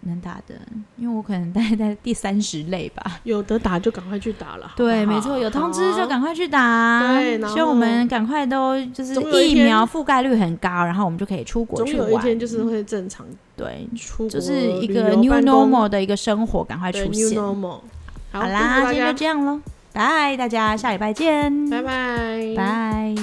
Speaker 2: 能打的，因为我可能大概在第三十类 吧。
Speaker 1: 有的打就赶快去打了。好不好
Speaker 2: 对，没错，有通知就。
Speaker 1: 好
Speaker 2: 赶快去打。啊
Speaker 1: 对然后
Speaker 2: 希望我们赶快都就是
Speaker 1: 总有一
Speaker 2: 疫
Speaker 1: 天
Speaker 2: 苗覆盖率很高，然后我们就可以出国
Speaker 1: 啊总
Speaker 2: 去
Speaker 1: 有一
Speaker 2: 玩。
Speaker 1: 天就是会正常
Speaker 2: 对，
Speaker 1: 出国，
Speaker 2: 就是一
Speaker 1: 旅
Speaker 2: 个
Speaker 1: 游
Speaker 2: new
Speaker 1: 办公
Speaker 2: normal 的一个生活，赶快
Speaker 1: 对
Speaker 2: 出
Speaker 1: new
Speaker 2: 现。
Speaker 1: normal。好，
Speaker 2: 好
Speaker 1: 祝福
Speaker 2: 啦，
Speaker 1: 大
Speaker 2: 今天
Speaker 1: 家
Speaker 2: 就这样喽，拜，大家下礼拜见，
Speaker 1: 拜拜，
Speaker 2: 拜